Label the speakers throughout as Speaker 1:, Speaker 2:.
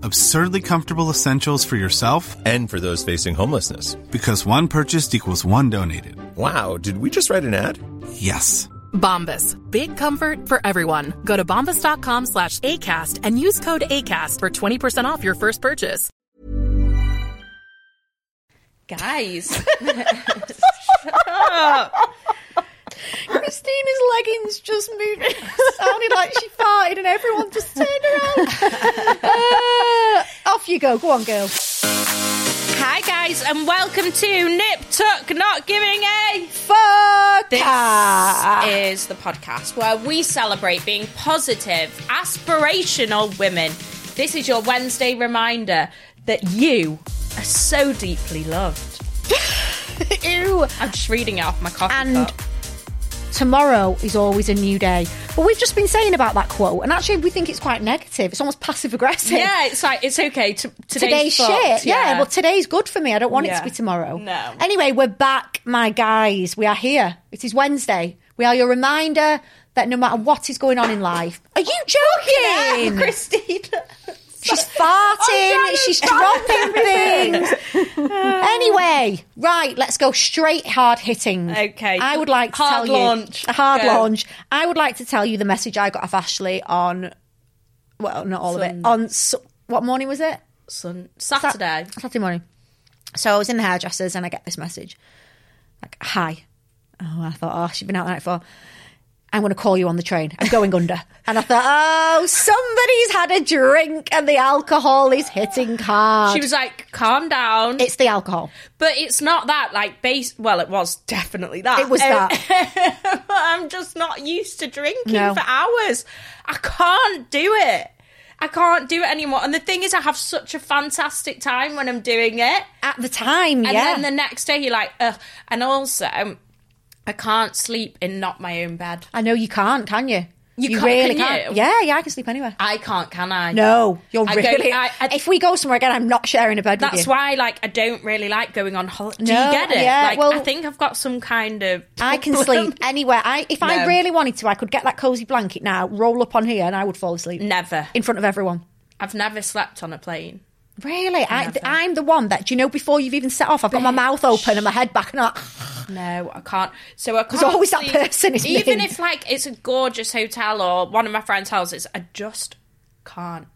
Speaker 1: Absurdly comfortable essentials for yourself
Speaker 2: And for those facing homelessness.
Speaker 1: because one purchased equals one donated.
Speaker 2: Wow, did we just write an ad?
Speaker 1: Yes.
Speaker 3: Bombas. Big comfort for everyone. Go to bombas.com slash ACAST and use code ACAST for 20% off your first purchase.
Speaker 4: Guys. Christina's leggings just moved. It sounded like she farted, and everyone just turned around. Uh, off you go. Go on, girl.
Speaker 5: Hi guys, and welcome to Nip Tuck Not Giving A.
Speaker 4: Fuck.
Speaker 5: This
Speaker 4: ah.
Speaker 5: is the podcast where we celebrate being positive, aspirational women. This is your Wednesday reminder that you are so deeply loved.
Speaker 4: Ew.
Speaker 5: I'm just reading it off my coffee
Speaker 4: And
Speaker 5: cup.
Speaker 4: Tomorrow is always a new day. But we've just been saying about that quote, and actually, we think it's quite negative. It's almost passive aggressive.
Speaker 5: Yeah, it's like it's okay. T- today's
Speaker 4: Today's
Speaker 5: fucked,
Speaker 4: shit. Yeah. well, today's good for me. I don't want it
Speaker 5: Yeah.
Speaker 4: to be tomorrow.
Speaker 5: No.
Speaker 4: Anyway, we're back, my guys. We are here. It is Wednesday. We are your reminder that no matter what is going on in life, are you joking?
Speaker 5: Christina.
Speaker 4: She's farting. She's dropping things.
Speaker 5: Oh.
Speaker 4: anyway, right, let's go straight hard hitting.
Speaker 5: Okay.
Speaker 4: I would like to
Speaker 5: Hard
Speaker 4: tell
Speaker 5: launch.
Speaker 4: you a hard
Speaker 5: Go.
Speaker 4: launch. I would like to tell you the message I got off Ashley on. Well, not all of it. On s- what morning was it?
Speaker 5: Sun- Saturday.
Speaker 4: Sat- Saturday morning. So I was in the hairdressers and I get this message. Like, hi. Oh, I thought, oh, she's been out the night before. I'm going to call you on the train. I'm going under. And I thought, oh, somebody's had a drink and the alcohol is hitting hard.
Speaker 5: She was like, calm down.
Speaker 4: it's the alcohol.
Speaker 5: But it's not that, like, base. Well, it was definitely that.
Speaker 4: It was
Speaker 5: Um,
Speaker 4: that.
Speaker 5: I'm just not used to drinking
Speaker 4: No.
Speaker 5: for hours. I can't do it. I can't do it anymore. And the thing is, I have such a fantastic time when I'm doing it.
Speaker 4: At the time,
Speaker 5: And
Speaker 4: yeah.
Speaker 5: then the next day, you're like, ugh. And also, um, I can't sleep in not my own bed.
Speaker 4: I know you can't, can you?
Speaker 5: You can't-
Speaker 4: really
Speaker 5: can
Speaker 4: can't.
Speaker 5: you?
Speaker 4: Yeah, yeah, I can sleep anywhere.
Speaker 5: I can't, can I?
Speaker 4: No, you're
Speaker 5: I go-
Speaker 4: really.
Speaker 5: I- I-
Speaker 4: if we go somewhere again, I'm not sharing a bed with you.
Speaker 5: That's why, like, I don't really like going on holiday. Do
Speaker 4: No,
Speaker 5: you get it?
Speaker 4: yeah,
Speaker 5: like,
Speaker 4: well-
Speaker 5: I think I've got some kind of.
Speaker 4: I can
Speaker 5: problem.
Speaker 4: sleep anywhere. I if I
Speaker 5: No.
Speaker 4: really wanted to, I could get that cozy blanket now, roll up on here, and I would fall asleep
Speaker 5: Never.
Speaker 4: in front of everyone.
Speaker 5: I've never slept on a plane.
Speaker 4: Really, I, th- I'm the one that do you know before you've even set off, I've got my mouth open and my head back, and I'm like,
Speaker 5: No, I can't. So I can't.
Speaker 4: always that
Speaker 5: sleep-
Speaker 4: person, isn't
Speaker 5: even
Speaker 4: there?
Speaker 5: if like it's a gorgeous hotel or one of my friends' houses, I just can't.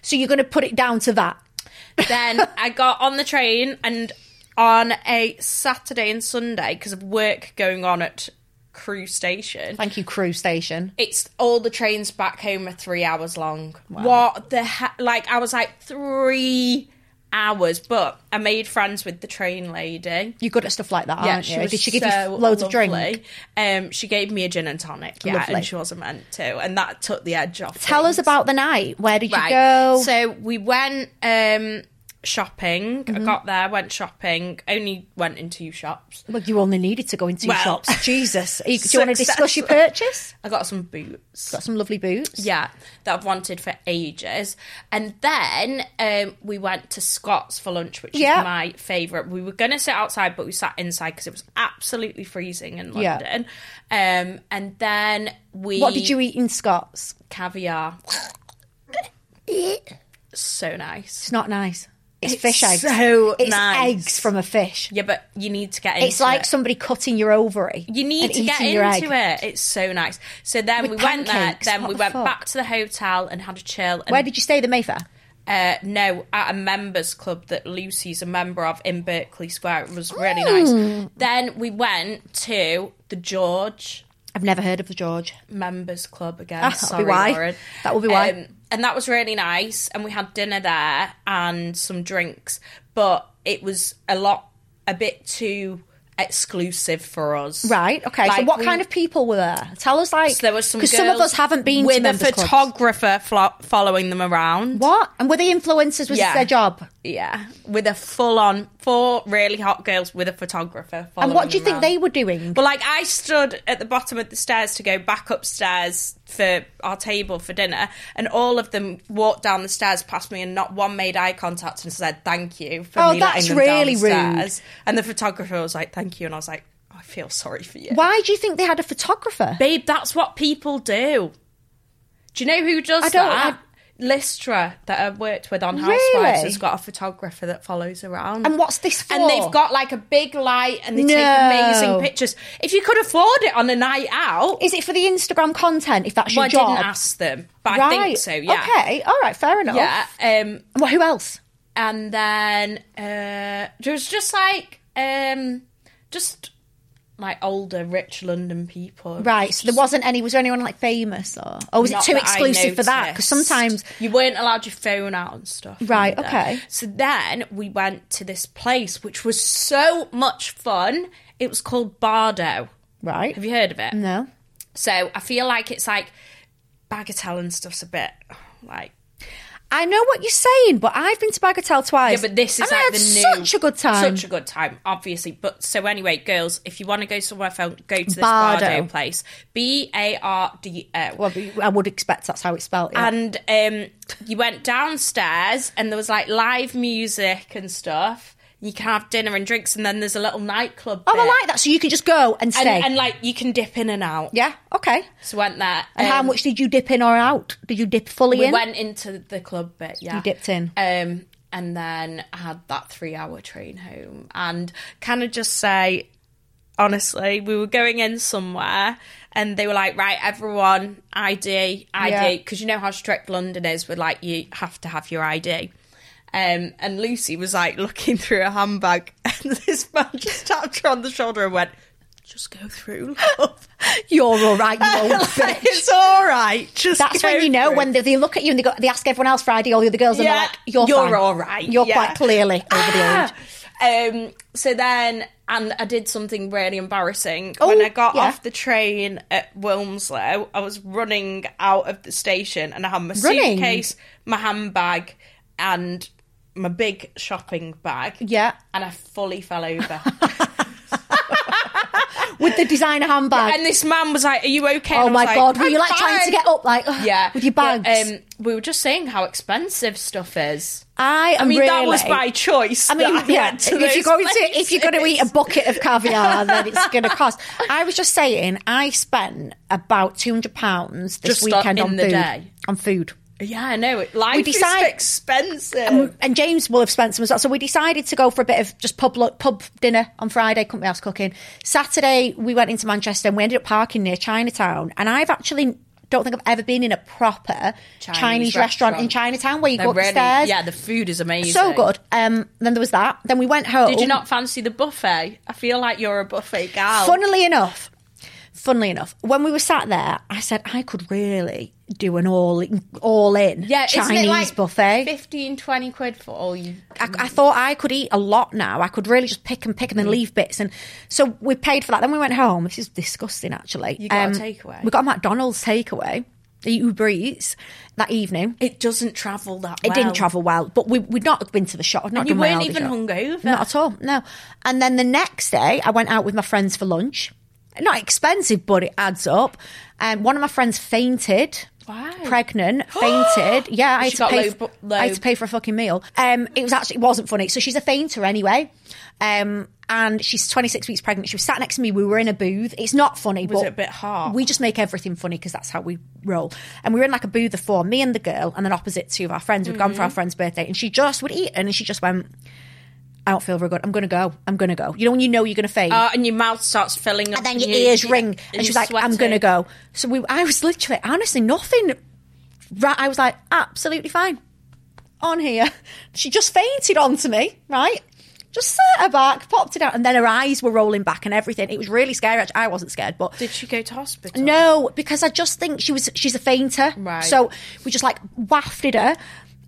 Speaker 4: so you're going to put it down to that.
Speaker 5: Then I got on the train and on a Saturday and Sunday because of work going on at Crew Station.
Speaker 4: Thank you, crew station.
Speaker 5: It's all the trains back home are three hours long. What the heck? Like I was like three hours, but I made friends with the train lady.
Speaker 4: You're good at stuff like that, aren't you?
Speaker 5: was
Speaker 4: Did she give
Speaker 5: so
Speaker 4: you loads of drink?
Speaker 5: lovely. Um, she gave me a gin and tonic, yeah,
Speaker 4: Lovely.
Speaker 5: and she wasn't meant to, and that took the edge off.
Speaker 4: Tell us
Speaker 5: things.
Speaker 4: about the night. Where did
Speaker 5: Right.
Speaker 4: you go?
Speaker 5: So we went um, shopping.
Speaker 4: Mm-hmm.
Speaker 5: I got there, went shopping. Only went in two shops.
Speaker 4: well, you only needed to go in two
Speaker 5: Well,
Speaker 4: shops. Jesus, Are you- do you want to discuss your
Speaker 5: successful.
Speaker 4: purchase?
Speaker 5: I got some boots.
Speaker 4: Got some lovely boots.
Speaker 5: Yeah, that I've wanted for ages. And then um, we went to Scott's for lunch, which
Speaker 4: Yeah.
Speaker 5: is my favourite. We were going to sit outside, but we sat inside because it was absolutely freezing in
Speaker 4: Yeah.
Speaker 5: London. Um, and then we.
Speaker 4: What did you eat in Scots?
Speaker 5: Caviar. so nice.
Speaker 4: It's not nice. It's, fish eggs.
Speaker 5: so
Speaker 4: it's
Speaker 5: nice.
Speaker 4: eggs from a fish.
Speaker 5: Yeah, but you need to get into
Speaker 4: It's like
Speaker 5: it.
Speaker 4: somebody cutting your ovary.
Speaker 5: You need
Speaker 4: and
Speaker 5: to get
Speaker 4: eating your
Speaker 5: into
Speaker 4: egg.
Speaker 5: it. It's so nice. So then
Speaker 4: With
Speaker 5: we went there.
Speaker 4: pancakes?
Speaker 5: Then
Speaker 4: What
Speaker 5: we
Speaker 4: the
Speaker 5: went
Speaker 4: fuck?
Speaker 5: back to the hotel and had a chill. And,
Speaker 4: Where did you stay? The Mayfair.
Speaker 5: Uh, no, at a members club that Lucy's a member of in Berkeley Square. It was really
Speaker 4: Hmm.
Speaker 5: nice. Then we went to the George
Speaker 4: I've never heard of the George.
Speaker 5: members club again.
Speaker 4: Ah, that'll be
Speaker 5: Sorry,
Speaker 4: why.
Speaker 5: Lauren. Um,
Speaker 4: That will be why.
Speaker 5: and that was really nice. And we had dinner there and some drinks, but it was a lot, a bit too exclusive for us.
Speaker 4: Right. Okay. so
Speaker 5: Like,
Speaker 4: what
Speaker 5: we-
Speaker 4: kind of people were there? Tell us, like,
Speaker 5: So there was some
Speaker 4: because some of
Speaker 5: girls
Speaker 4: us haven't been
Speaker 5: with
Speaker 4: to members
Speaker 5: a
Speaker 4: clubs.
Speaker 5: photographer flo- following them around.
Speaker 4: What? And were they influencers? Was this
Speaker 5: Yeah.
Speaker 4: their job?
Speaker 5: Yeah, with a full on four really hot girls with a photographer. Following
Speaker 4: and what do
Speaker 5: them
Speaker 4: you think
Speaker 5: around.
Speaker 4: they were doing?
Speaker 5: Well, like I stood at the bottom of the stairs to go back upstairs for our table for dinner, and all of them walked down the stairs past me, and not one made eye contact and said thank you for
Speaker 4: Oh,
Speaker 5: me letting
Speaker 4: that's
Speaker 5: them
Speaker 4: really
Speaker 5: down the
Speaker 4: rude.
Speaker 5: stairs. And the photographer was like, "Thank you," and I was like, "I feel sorry for you,
Speaker 4: Why do you think they had a photographer?
Speaker 5: babe." That's what people do. Do you know who does
Speaker 4: I don't-
Speaker 5: that?
Speaker 4: I-
Speaker 5: Listra that I worked with on Housewives
Speaker 4: Really?
Speaker 5: has got a photographer that follows around.
Speaker 4: And what's this for?
Speaker 5: And they've got like a big light and they
Speaker 4: No.
Speaker 5: take amazing pictures. If you could afford it on a night out,
Speaker 4: Is it for the Instagram content? If that's your
Speaker 5: well, I
Speaker 4: job,
Speaker 5: didn't ask them, but
Speaker 4: right?
Speaker 5: I think so, yeah.
Speaker 4: Okay. All right. Fair enough.
Speaker 5: Yeah. Um,
Speaker 4: Well, who else?
Speaker 5: and then uh, there was just like, um, just like older rich London people.
Speaker 4: Right. So there wasn't any. Was there anyone like famous or? Or was
Speaker 5: Not
Speaker 4: it too
Speaker 5: that I
Speaker 4: exclusive for that? Because
Speaker 5: noticed.
Speaker 4: sometimes
Speaker 5: you weren't allowed your phone out and stuff.
Speaker 4: Right,
Speaker 5: either.
Speaker 4: okay.
Speaker 5: So then we went to this place which was so much fun. It was called Bardo.
Speaker 4: right.
Speaker 5: Have you heard of it?
Speaker 4: No.
Speaker 5: So I feel like it's like bagatelle and stuff's a bit like
Speaker 4: I know what you're saying, but I've been to
Speaker 5: yeah,
Speaker 4: Bagatelle twice.
Speaker 5: but this is
Speaker 4: and I
Speaker 5: like
Speaker 4: had
Speaker 5: the new
Speaker 4: such a good time.
Speaker 5: such a good time, obviously. But so anyway, girls, if you want to go somewhere, fun, go to this
Speaker 4: Bardo.
Speaker 5: Bardo, place, B A R D O.
Speaker 4: well, I would expect that's how it's spelled. yeah.
Speaker 5: and um, you went downstairs, and there was like live music and stuff. You can have dinner and drinks, and then there's a little nightclub.
Speaker 4: oh, I
Speaker 5: bit.
Speaker 4: like that. So you can just go and stay.
Speaker 5: And, and like you can dip in and out.
Speaker 4: yeah. Okay.
Speaker 5: So went there.
Speaker 4: And how
Speaker 5: um,
Speaker 4: much did you dip in or out? Did you dip fully
Speaker 5: we
Speaker 4: in?
Speaker 5: went into the club bit yeah
Speaker 4: You dipped in.
Speaker 5: um and then I had that three hour train home and can i just say honestly we were going in somewhere and they were like right everyone id id
Speaker 4: Yeah.
Speaker 5: because you know how strict london is with like you have to have your id um, and Lucy was like looking through her handbag, and this man just tapped her on the shoulder and went, "Just go through, love.
Speaker 4: You're all right, you old
Speaker 5: Like,
Speaker 4: bitch.
Speaker 5: it's all right. Just
Speaker 4: That's
Speaker 5: go
Speaker 4: when you know
Speaker 5: through."
Speaker 4: when they, they look at you and they go, they ask everyone else for ID, all the other girls, and they're
Speaker 5: Yeah,
Speaker 4: like, "You're,
Speaker 5: you're
Speaker 4: fine.
Speaker 5: all right,
Speaker 4: You're
Speaker 5: yeah.
Speaker 4: quite clearly over the age."
Speaker 5: Um, so then, and I did something really embarrassing when
Speaker 4: Oh,
Speaker 5: I got
Speaker 4: yeah.
Speaker 5: off the train at Wilmslow. I was running out of the station, and I had my
Speaker 4: Running?
Speaker 5: suitcase, my handbag, and my big shopping bag.
Speaker 4: Yeah.
Speaker 5: and I fully fell over.
Speaker 4: With the designer handbag.
Speaker 5: and this man was like, "Are you okay?" And
Speaker 4: oh
Speaker 5: I
Speaker 4: my
Speaker 5: was
Speaker 4: god, were
Speaker 5: "I'm
Speaker 4: you like trying to
Speaker 5: fine."
Speaker 4: get up, like ugh,
Speaker 5: Yeah,
Speaker 4: with your
Speaker 5: But,
Speaker 4: bags?
Speaker 5: um, we were just saying how expensive stuff is.
Speaker 4: I am
Speaker 5: I mean, that was
Speaker 4: really-
Speaker 5: by choice.
Speaker 4: I mean,
Speaker 5: that I
Speaker 4: yeah.
Speaker 5: went to
Speaker 4: if you're
Speaker 5: those
Speaker 4: going to if you're going to
Speaker 5: places.
Speaker 4: eat a bucket of caviar, then it's going to cost. I was just saying, I spent about two hundred pounds this
Speaker 5: Just on-
Speaker 4: weekend
Speaker 5: in
Speaker 4: on
Speaker 5: the
Speaker 4: food.
Speaker 5: day?
Speaker 4: On food.
Speaker 5: Yeah, I know. Life
Speaker 4: decide-
Speaker 5: is expensive.
Speaker 4: and James will have spent some as well. So we decided to go for a bit of just pub lo- pub dinner on Friday. Company house cooking. Saturday we went into Manchester and we ended up parking near Chinatown. And I've actually don't think I've ever been in a proper Chinese, restaurant, in Chinatown where you
Speaker 5: They're
Speaker 4: go upstairs.
Speaker 5: Yeah, the food is amazing.
Speaker 4: so good. Um, then there was that. Then we went home.
Speaker 5: Did you not fancy the buffet? I feel like you're a buffet gal.
Speaker 4: Funnily enough, funnily enough, when we were sat there, I said I could really do an all all in
Speaker 5: yeah,
Speaker 4: Chinese
Speaker 5: isn't it like
Speaker 4: buffet.
Speaker 5: 15, 20 quid for all you.
Speaker 4: I, I thought I could eat a lot now. I could really just pick and pick and then
Speaker 5: Mm.
Speaker 4: leave bits. And so we paid for that. Then we went home. This is disgusting, actually. You
Speaker 5: got a takeaway?
Speaker 4: We got a McDonald's takeaway, the Uber Eats, that evening.
Speaker 5: It doesn't travel that
Speaker 4: It
Speaker 5: well.
Speaker 4: didn't travel well, but we, we'd not been to the shop. I'd Not
Speaker 5: And you
Speaker 4: done my
Speaker 5: weren't
Speaker 4: Aldi
Speaker 5: even
Speaker 4: shop.
Speaker 5: hungover.
Speaker 4: Not at all, no. And then the next day, I went out with my friends for lunch. Not expensive, but it adds up. And one of my friends fainted.
Speaker 5: Wow.
Speaker 4: Pregnant, fainted. yeah, I
Speaker 5: She
Speaker 4: had, to
Speaker 5: got
Speaker 4: pay
Speaker 5: low
Speaker 4: for,
Speaker 5: bu-
Speaker 4: I had
Speaker 5: low-
Speaker 4: to pay for a fucking meal. Um, it was actually it wasn't funny. So she's a fainter anyway. Um, and she's 26 weeks pregnant. She was sat next to me. We were in a booth. It's not funny,
Speaker 5: Was
Speaker 4: but
Speaker 5: it a bit hard?
Speaker 4: we just make everything funny because that's how we roll. And we were in like a booth of four, me and the girl, and then opposite two of our friends. We'd gone
Speaker 5: Mm-hmm.
Speaker 4: for our friend's birthday, and she just would eat, and she just went, "I don't feel very good. I'm gonna go. I'm gonna go." You know when you know you're gonna faint.
Speaker 5: Uh, and your mouth starts filling up.
Speaker 4: and then your ears
Speaker 5: you-
Speaker 4: ring, and,
Speaker 5: you're
Speaker 4: she's like, "I'm
Speaker 5: sweating.
Speaker 4: gonna go." So we, I was literally, honestly, nothing. Right, I was like, absolutely fine, on here. She just fainted onto me, right? just set her back, popped it out, and then her eyes were rolling back and everything. It was really scary. Actually, I wasn't scared, but
Speaker 5: Did she go to hospital?
Speaker 4: no, because I just think she was she's a fainter.
Speaker 5: Right.
Speaker 4: So we just like wafted her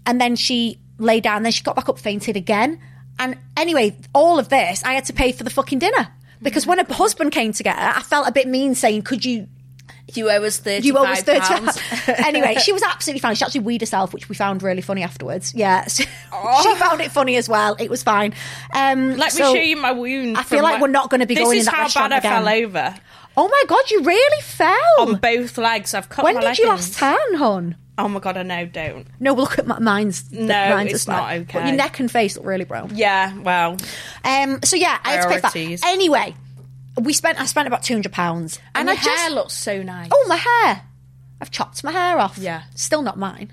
Speaker 4: and then she lay down, then she got back up, fainted again. And anyway, all of this I had to pay for the fucking dinner. Because when
Speaker 5: Mm.
Speaker 4: her husband came to get her, I felt a bit mean saying, Could you
Speaker 5: You owe us thirty.
Speaker 4: you owe us 30
Speaker 5: pounds.
Speaker 4: anyway, she was absolutely fine. She actually weed herself, which we found really funny afterwards. Yeah. so- she found it funny as well. It was fine. Um
Speaker 5: Oh. Let
Speaker 4: so-
Speaker 5: me show you my wound.
Speaker 4: I feel
Speaker 5: from
Speaker 4: like
Speaker 5: when-
Speaker 4: we're not gonna be
Speaker 5: this
Speaker 4: going
Speaker 5: is
Speaker 4: in that
Speaker 5: how
Speaker 4: restaurant
Speaker 5: bad I
Speaker 4: again.
Speaker 5: fell over
Speaker 4: Oh my god, you really fell.
Speaker 5: on both legs. I've cut
Speaker 4: when
Speaker 5: my
Speaker 4: did
Speaker 5: leg
Speaker 4: you
Speaker 5: in.
Speaker 4: last tan, hon?
Speaker 5: Oh my god, I know. Don't.
Speaker 4: No, look at my, mine's. th-
Speaker 5: No,
Speaker 4: mine's
Speaker 5: it's
Speaker 4: as well.
Speaker 5: not okay.
Speaker 4: But your neck and face look really brown.
Speaker 5: Yeah. Well.
Speaker 4: Um. So yeah, I had to pay for
Speaker 5: Priorities.
Speaker 4: that. Anyway, we spent. I spent about two hundred pounds,
Speaker 5: And,
Speaker 4: I
Speaker 5: your hair looks so nice.
Speaker 4: Oh, my hair! I've chopped my hair off.
Speaker 5: Yeah.
Speaker 4: Still not mine.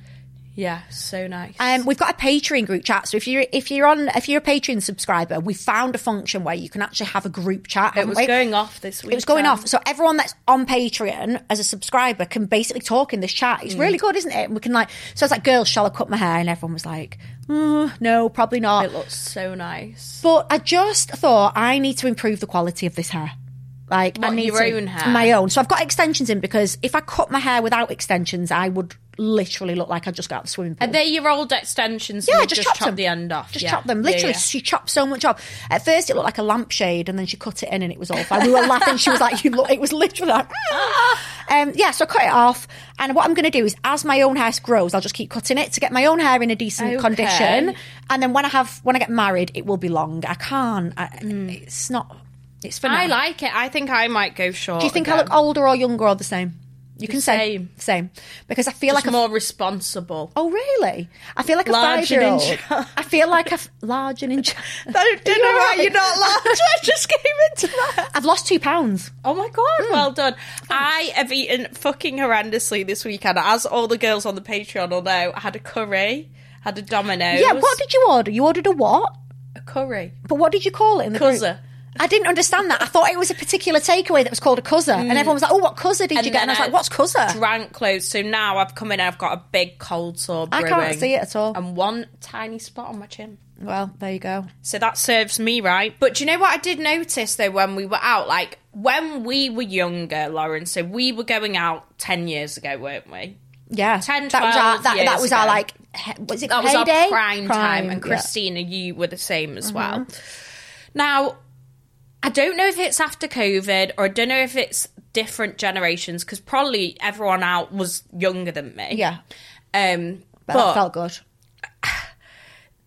Speaker 5: Yeah, so nice.
Speaker 4: Um, we've got a Patreon group chat. So if you're if you're on if you're a Patreon subscriber, we found a function where you can actually have a group chat.
Speaker 5: it
Speaker 4: haven't
Speaker 5: was
Speaker 4: we?
Speaker 5: going off this week.
Speaker 4: It was going off. So everyone that's on Patreon as a subscriber can basically talk in this chat. It's
Speaker 5: Mm.
Speaker 4: really good, isn't it? And we can like. So I was like, "Girls, shall I cut my hair?" And everyone was like, "Mm, "No, probably not."
Speaker 5: It looks so nice.
Speaker 4: But I just thought I need to improve the quality of this hair. Like I
Speaker 5: What,
Speaker 4: need
Speaker 5: your
Speaker 4: to-
Speaker 5: own hair?
Speaker 4: my own. So I've got extensions in because if I cut my hair without extensions, I would literally look like I just got out of the swimming pool.
Speaker 5: Are they your old extensions?
Speaker 4: yeah,
Speaker 5: and
Speaker 4: I
Speaker 5: you
Speaker 4: just,
Speaker 5: just
Speaker 4: chopped
Speaker 5: chop
Speaker 4: them.
Speaker 5: the end off.
Speaker 4: Just
Speaker 5: yeah.
Speaker 4: chopped them.
Speaker 5: Yeah,
Speaker 4: Literally,
Speaker 5: yeah.
Speaker 4: she chopped so much off. At first, it looked like a lampshade, and then she cut it in, and it was awful. we were laughing. She was like, "You look." It was literally like, um, yeah. So I cut it off, and what I'm going to do is, as my own hair grows, I'll just keep cutting it to get my own hair in a decent
Speaker 5: Okay.
Speaker 4: condition. And then when I have, when I get married, it will be long. I can't. I, It's not. It's for
Speaker 5: Hmm. I
Speaker 4: now.
Speaker 5: like it. I think I might go short.
Speaker 4: Do you think I
Speaker 5: again.
Speaker 4: look older or younger or the same? You can
Speaker 5: same.
Speaker 4: say same because I feel
Speaker 5: Just
Speaker 4: like a
Speaker 5: more responsible?
Speaker 4: Oh really? I feel like a
Speaker 5: Large and in
Speaker 4: five-year-old. I feel like a f- large and in charge.
Speaker 5: don't
Speaker 4: you know why you're not
Speaker 5: large. I just came into that.
Speaker 4: I've lost two pounds.
Speaker 5: Oh my god! Well done. I have eaten fucking horrendously this weekend. As all the girls on the Patreon will know, I had a curry, had a Domino's.
Speaker 4: Yeah. What did you order? You ordered a what?
Speaker 5: a curry?
Speaker 4: But what did you call it in the group?
Speaker 5: Cuzza.
Speaker 4: I didn't understand that. I thought it was a particular takeaway that was called a cuzza,
Speaker 5: Mm.
Speaker 4: and everyone was like, "Oh, what cuzza did you get?" And I was like, "What's cuzza?"
Speaker 5: Drank clothes. So now I've come in. I've got a big cold sore.
Speaker 4: I
Speaker 5: Brewing,
Speaker 4: can't see it at all.
Speaker 5: And one tiny spot on my chin.
Speaker 4: well, there you go.
Speaker 5: So that serves me right. But do you know what I did notice though when we were out? Like when we were younger, Lauren, so we were going out 10 years ago, weren't we?
Speaker 4: Yeah.
Speaker 5: 10,
Speaker 4: that was our
Speaker 5: 12
Speaker 4: that, that
Speaker 5: years
Speaker 4: was our
Speaker 5: ago.
Speaker 4: like. He, was it
Speaker 5: That was
Speaker 4: heyday?
Speaker 5: our prime, time. And
Speaker 4: yeah. Mm-hmm.
Speaker 5: Christina, you were the same as well. Now, I don't know if it's after COVID or I don't know if it's different generations because probably everyone out was younger than me.
Speaker 4: Yeah.
Speaker 5: Um, but
Speaker 4: But, that felt good.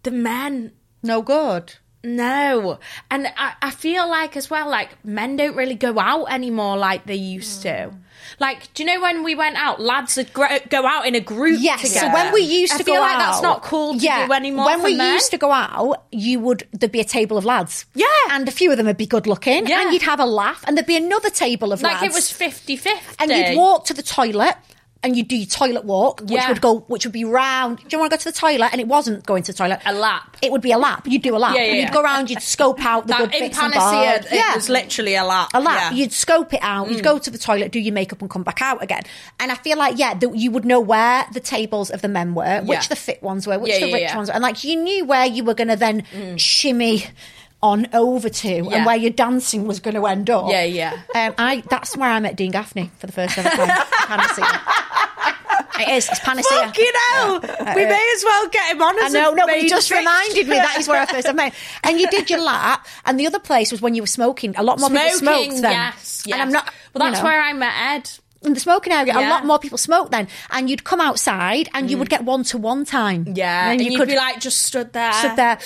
Speaker 5: the men
Speaker 4: No good.
Speaker 5: No. And I, I feel like as well, like men don't really go out anymore like they used
Speaker 4: Mm.
Speaker 5: to. Like, do you know when we went out, lads would gro- go out in a group
Speaker 4: Yes.
Speaker 5: together?
Speaker 4: So when we used
Speaker 5: I
Speaker 4: to
Speaker 5: feel
Speaker 4: go
Speaker 5: like
Speaker 4: out,
Speaker 5: that's not cool to do anymore.
Speaker 4: When
Speaker 5: for
Speaker 4: we
Speaker 5: men.
Speaker 4: used to go out, you would there'd be a table of lads.
Speaker 5: Yeah.
Speaker 4: and a few of them would be good looking,
Speaker 5: Yeah.
Speaker 4: and you'd have a laugh, and there'd be another table of
Speaker 5: like
Speaker 4: lads.
Speaker 5: it was 50 50.
Speaker 4: and you'd walk to the toilet. And you do your toilet walk, which
Speaker 5: Yeah.
Speaker 4: would go, which would be round. Do you want to go to the toilet? And it wasn't going to the toilet.
Speaker 5: A lap.
Speaker 4: It would be a lap. You'd do a lap.
Speaker 5: Yeah, yeah,
Speaker 4: and you'd
Speaker 5: yeah.
Speaker 4: go around. You'd scope out the
Speaker 5: That
Speaker 4: good
Speaker 5: in
Speaker 4: bits and
Speaker 5: Panacea,
Speaker 4: bad.
Speaker 5: it was literally a lap.
Speaker 4: a lap.
Speaker 5: Yeah. Mm.
Speaker 4: You'd scope it out. You'd go to the toilet, do your makeup, and come back out again. And I feel like yeah, that you would know where the tables of the men were, which
Speaker 5: Yeah.
Speaker 4: the fit ones were, which
Speaker 5: Yeah,
Speaker 4: the
Speaker 5: yeah,
Speaker 4: rich
Speaker 5: yeah. Mm.
Speaker 4: ones were, and like you knew where you were going to then shimmy on over to, and
Speaker 5: Yeah.
Speaker 4: where your dancing was going to end up.
Speaker 5: Yeah, yeah.
Speaker 4: Um, I that's where I met Dean Gaffney for the first ever time. Panacea. It is. It's Panacea.
Speaker 5: Fucking hell! we may as well get him on
Speaker 4: I
Speaker 5: as
Speaker 4: know.
Speaker 5: a
Speaker 4: No, but
Speaker 5: main
Speaker 4: you just
Speaker 5: fixture.
Speaker 4: reminded me that is where I first met. And you did your lap. And the other place was when you were smoking. A lot more people smoked then.
Speaker 5: yes, yes.
Speaker 4: And I'm not.
Speaker 5: Well, that's
Speaker 4: you know,
Speaker 5: where I met Ed.
Speaker 4: in the smoking area. A
Speaker 5: Yeah. Mm.
Speaker 4: lot more people smoke then. And you'd come outside and you would get one to one time.
Speaker 5: Yeah,
Speaker 4: And,
Speaker 5: and,
Speaker 4: then you
Speaker 5: you'd
Speaker 4: could
Speaker 5: be like, just stood there.
Speaker 4: stood there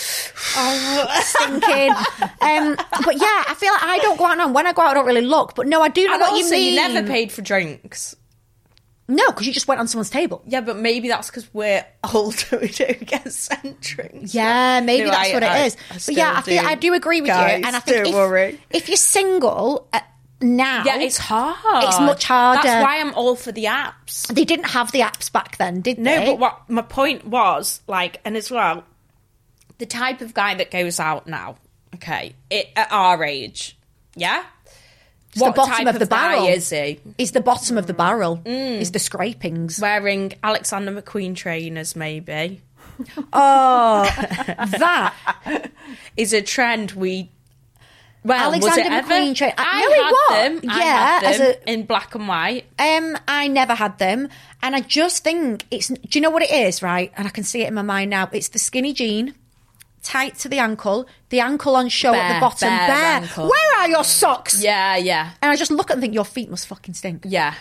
Speaker 5: Oh.
Speaker 4: stinking. um, but yeah, I feel like I don't go out now. When I go out, I don't really look. But no, I do know
Speaker 5: And
Speaker 4: what
Speaker 5: also,
Speaker 4: you mean.
Speaker 5: you never paid for drinks.
Speaker 4: No, because you just went on someone's table.
Speaker 5: Yeah, but maybe that's because we're older. We don't get sent drinks.
Speaker 4: Yeah, maybe
Speaker 5: No,
Speaker 4: that's
Speaker 5: I-
Speaker 4: what it
Speaker 5: I-
Speaker 4: is.
Speaker 5: I
Speaker 4: but yeah, I
Speaker 5: still
Speaker 4: feel I do agree with
Speaker 5: Guys,
Speaker 4: you, and I think
Speaker 5: don't
Speaker 4: if,
Speaker 5: worry.
Speaker 4: if you're single uh, now,
Speaker 5: Yeah, it's hard.
Speaker 4: It's much harder.
Speaker 5: That's why I'm all for the apps.
Speaker 4: they didn't have the apps back then, did
Speaker 5: No,
Speaker 4: they?
Speaker 5: but what my point was, like, and as well, the type of guy that goes out now, okay, it, at our age, yeah?
Speaker 4: It's the bottom of the barrel.
Speaker 5: guy is he? Hmm.
Speaker 4: Is the bottom of the barrel? Is the scrapings?
Speaker 5: Wearing Alexander McQueen trainers, maybe.
Speaker 4: that
Speaker 5: is a trend we. Well, was
Speaker 4: Alexander
Speaker 5: it ever?
Speaker 4: McQueen trend- I-
Speaker 5: I
Speaker 4: no, it
Speaker 5: had
Speaker 4: was.
Speaker 5: them. I
Speaker 4: Yeah,
Speaker 5: had
Speaker 4: as
Speaker 5: them
Speaker 4: a-
Speaker 5: in black and white.
Speaker 4: um, I never had them, and I just think it's. Do you know what it is, right? And I can see it in my mind now. It's the skinny jean, tight to the ankle, the ankle on show at
Speaker 5: Bare,
Speaker 4: the bottom,
Speaker 5: bare
Speaker 4: bare.
Speaker 5: ankle.
Speaker 4: Where are your socks?
Speaker 5: Yeah, Uh, yeah,
Speaker 4: And I just look at them and think your feet must fucking stink.
Speaker 5: yeah.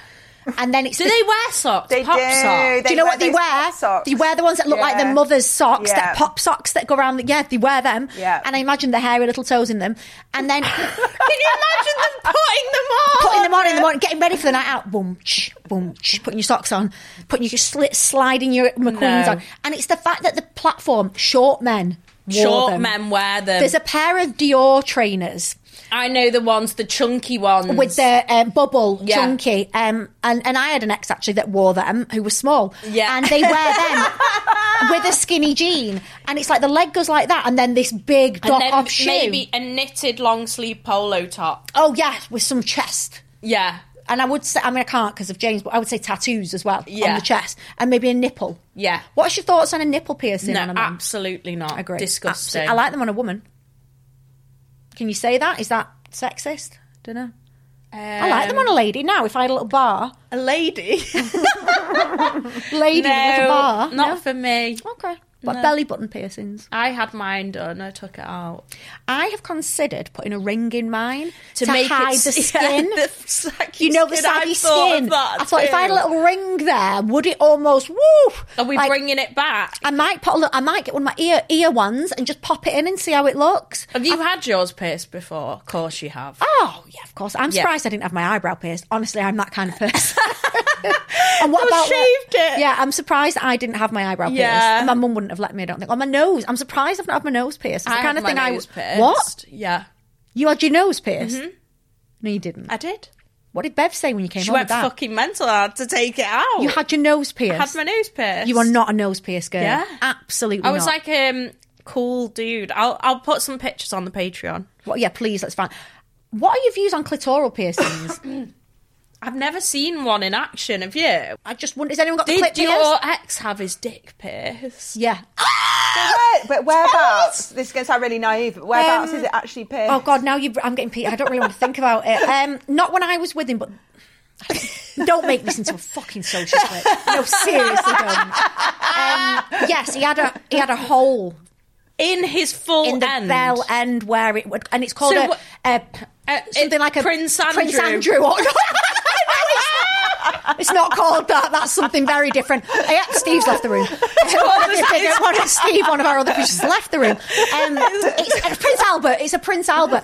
Speaker 4: And then it's
Speaker 5: Do
Speaker 4: the-
Speaker 5: they wear socks?
Speaker 6: They
Speaker 5: Pop
Speaker 6: do.
Speaker 5: socks.
Speaker 6: They
Speaker 4: do you know
Speaker 6: wear
Speaker 4: what they
Speaker 6: those
Speaker 4: wear?
Speaker 6: pop socks.
Speaker 4: They wear the ones that look like
Speaker 6: Yeah.
Speaker 4: their mother's socks,
Speaker 6: Yeah.
Speaker 4: that pop socks that go around. The, yeah, they wear them.
Speaker 6: Yeah.
Speaker 4: And I imagine the hairy little toes in them. And then
Speaker 5: Can you imagine them putting them on?
Speaker 4: putting them on in the morning, getting ready for the night out. Boomch, boomch. Putting your socks on, putting your slit, sliding your McQueens
Speaker 5: No.
Speaker 4: on. And it's the fact that the platform short men. wore
Speaker 5: Short
Speaker 4: them.
Speaker 5: men wear them.
Speaker 4: There's a pair of Dior trainers
Speaker 5: I know the ones, the chunky ones.
Speaker 4: with the um, bubble
Speaker 5: Yeah.
Speaker 4: chunky. Um, and, and I had an ex actually that wore them who was small.
Speaker 5: Yeah.
Speaker 4: And they wear them with a skinny jean. And it's like the leg goes like that and then this big
Speaker 5: and
Speaker 4: dock
Speaker 5: then
Speaker 4: off shoe.
Speaker 5: maybe a knitted long sleeve polo top.
Speaker 4: Oh, yeah, with some chest.
Speaker 5: Yeah,
Speaker 4: And I would say, I mean, I can't because of James, but I would say tattoos as well on
Speaker 5: Yeah.
Speaker 4: the chest and maybe a nipple.
Speaker 5: yeah.
Speaker 4: What's your thoughts on a nipple piercing
Speaker 5: No,
Speaker 4: on a man?
Speaker 5: absolutely not.
Speaker 4: Agree.
Speaker 5: Disgusting.
Speaker 4: Absolutely. I like them on a woman. Can you say that? Is that sexist? Don't know. I like them on a lady now. If I had a little bar,
Speaker 5: Um, a lady.
Speaker 4: lady with a
Speaker 5: no,
Speaker 4: little bar.
Speaker 5: not for me.
Speaker 4: Okay. But belly button piercings.
Speaker 5: I had mine done. I took it out
Speaker 4: I have considered putting a ring in mine
Speaker 5: to, make
Speaker 4: hide
Speaker 5: it
Speaker 4: the skin.
Speaker 5: Yeah, the saggy
Speaker 4: you know the
Speaker 5: skin. I
Speaker 4: saggy
Speaker 5: thought of
Speaker 4: skin.
Speaker 5: that
Speaker 4: I thought if I had a
Speaker 5: too.
Speaker 4: little ring there, would it almost woo?
Speaker 5: Are we
Speaker 4: Like,
Speaker 5: bringing it back?
Speaker 4: I might put a little, I might get one of my ear ear ones and just pop it in and see how it looks.
Speaker 5: Have you had yours pierced before? Of course you have.
Speaker 4: Oh yeah, of course. I'm
Speaker 5: Yeah.
Speaker 4: surprised I didn't have my eyebrow pierced. Honestly, I'm that kind of person. and what
Speaker 5: I
Speaker 4: about
Speaker 5: shaved it.
Speaker 4: Yeah, I'm surprised I didn't have my eyebrow
Speaker 5: Yeah.
Speaker 4: pierced. And my mum wouldn't have let me. I don't think. Or my nose. I'm surprised I've not had my nose pierced. It's the
Speaker 5: I had
Speaker 4: kind of
Speaker 5: my
Speaker 4: thing I
Speaker 5: nose
Speaker 4: w- what
Speaker 5: pierced. Yeah,
Speaker 4: you had your nose pierced. No, you didn't.
Speaker 5: I did.
Speaker 4: What did Bev say when you came
Speaker 5: She
Speaker 4: home
Speaker 5: went
Speaker 4: with that?
Speaker 5: fucking mental. I had to take it out.
Speaker 4: you had your nose
Speaker 5: I
Speaker 4: pierced.
Speaker 5: had my nose pierced.
Speaker 4: You are not a nose pierced girl.
Speaker 5: Yeah.
Speaker 4: absolutely.
Speaker 5: I was
Speaker 4: not.
Speaker 5: like, um, cool dude. I'll I'll put some pictures on the Patreon.
Speaker 4: Well, yeah, please, that's fine. What are your views on clitoral piercings?
Speaker 5: I've never seen one in action. Have you?
Speaker 4: I just wonder, has anyone got the clip
Speaker 5: Did your
Speaker 4: pierced?
Speaker 5: ex have his dick pierced?
Speaker 4: Yeah.
Speaker 6: Where- but whereabouts? This is going to sound really naive, but whereabouts
Speaker 5: Um,
Speaker 6: is it actually pierced?
Speaker 4: Oh God, now you, I'm getting Peter. I don't really want to think about it. Um, not when I was with him, but don't make this into a fucking social clip. No, seriously, don't. Um, yes, he had a he had a hole
Speaker 5: In his full
Speaker 4: in the
Speaker 5: end.
Speaker 4: bell end where it would, and it's called
Speaker 5: So
Speaker 4: a,
Speaker 5: what-
Speaker 4: a,
Speaker 5: Uh,
Speaker 4: something
Speaker 5: it-
Speaker 4: like a
Speaker 5: Prince Andrew.
Speaker 4: Prince Andrew. Or, no, it's not. It's not called that. That's something very different. Uh, Yeah, Steve's left the room.
Speaker 5: it's-
Speaker 7: One of
Speaker 4: Steve, one of our other producers, left the room. Um, it's a Prince Albert. It's a Prince Albert.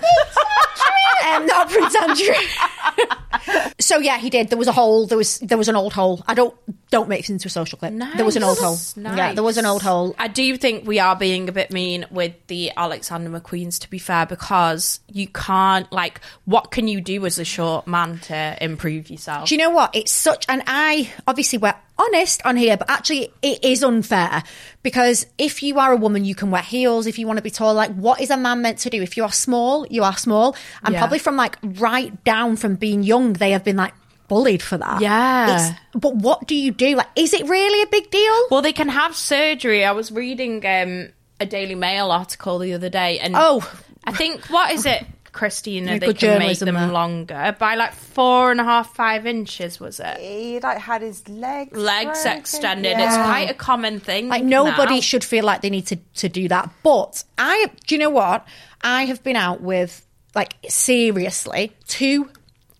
Speaker 4: um, not a Prince Andrew. so yeah, he did. There was a hole. There was there was an old hole. I don't don't make this into a social clip. There was an old hole.
Speaker 5: Nice.
Speaker 4: Yeah, there was an old hole.
Speaker 5: I do think we are being a bit mean with the Alexander McQueens, to be fair, because you can't, like, what can you do as a short man to improve yourself?
Speaker 4: Do you know what? It's such, and I obviously we're honest on here, but actually it is unfair because if you are a woman, you can wear heels. If you want to be tall, like what is a man meant to do? If you are small, you are small. And
Speaker 5: Yeah.
Speaker 4: probably from like right down from being young, they have been like bullied for that.
Speaker 5: Yeah.
Speaker 4: It's, but what do you do? Like, is it really a big deal?
Speaker 5: well, they can have surgery. I was reading um, a Daily Mail article the other day, and
Speaker 4: Oh.
Speaker 5: I think, what is it? Christina,
Speaker 4: You're
Speaker 5: they
Speaker 4: good
Speaker 5: can make
Speaker 4: journalism
Speaker 5: them
Speaker 4: there.
Speaker 5: longer by like four and a half, five inches, was it?
Speaker 6: He like had his legs
Speaker 5: Legs
Speaker 6: broken.
Speaker 5: extended.
Speaker 6: Yeah.
Speaker 5: It's quite a common thing.
Speaker 4: Like nobody
Speaker 5: now.
Speaker 4: should feel like they need to to do that. But I, do you know what? I have been out with like seriously two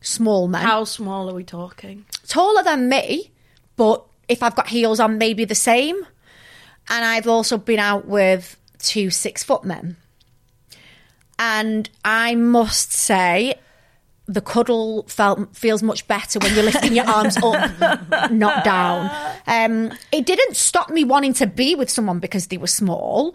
Speaker 4: small men.
Speaker 5: How small are we talking?
Speaker 4: taller than me, but if I've got heels on, maybe the same. And I've also been out with two six foot men. And I must say, the cuddle felt feels much better when you're lifting your arms up, not down. Um, it didn't stop me wanting to be with someone because they were small,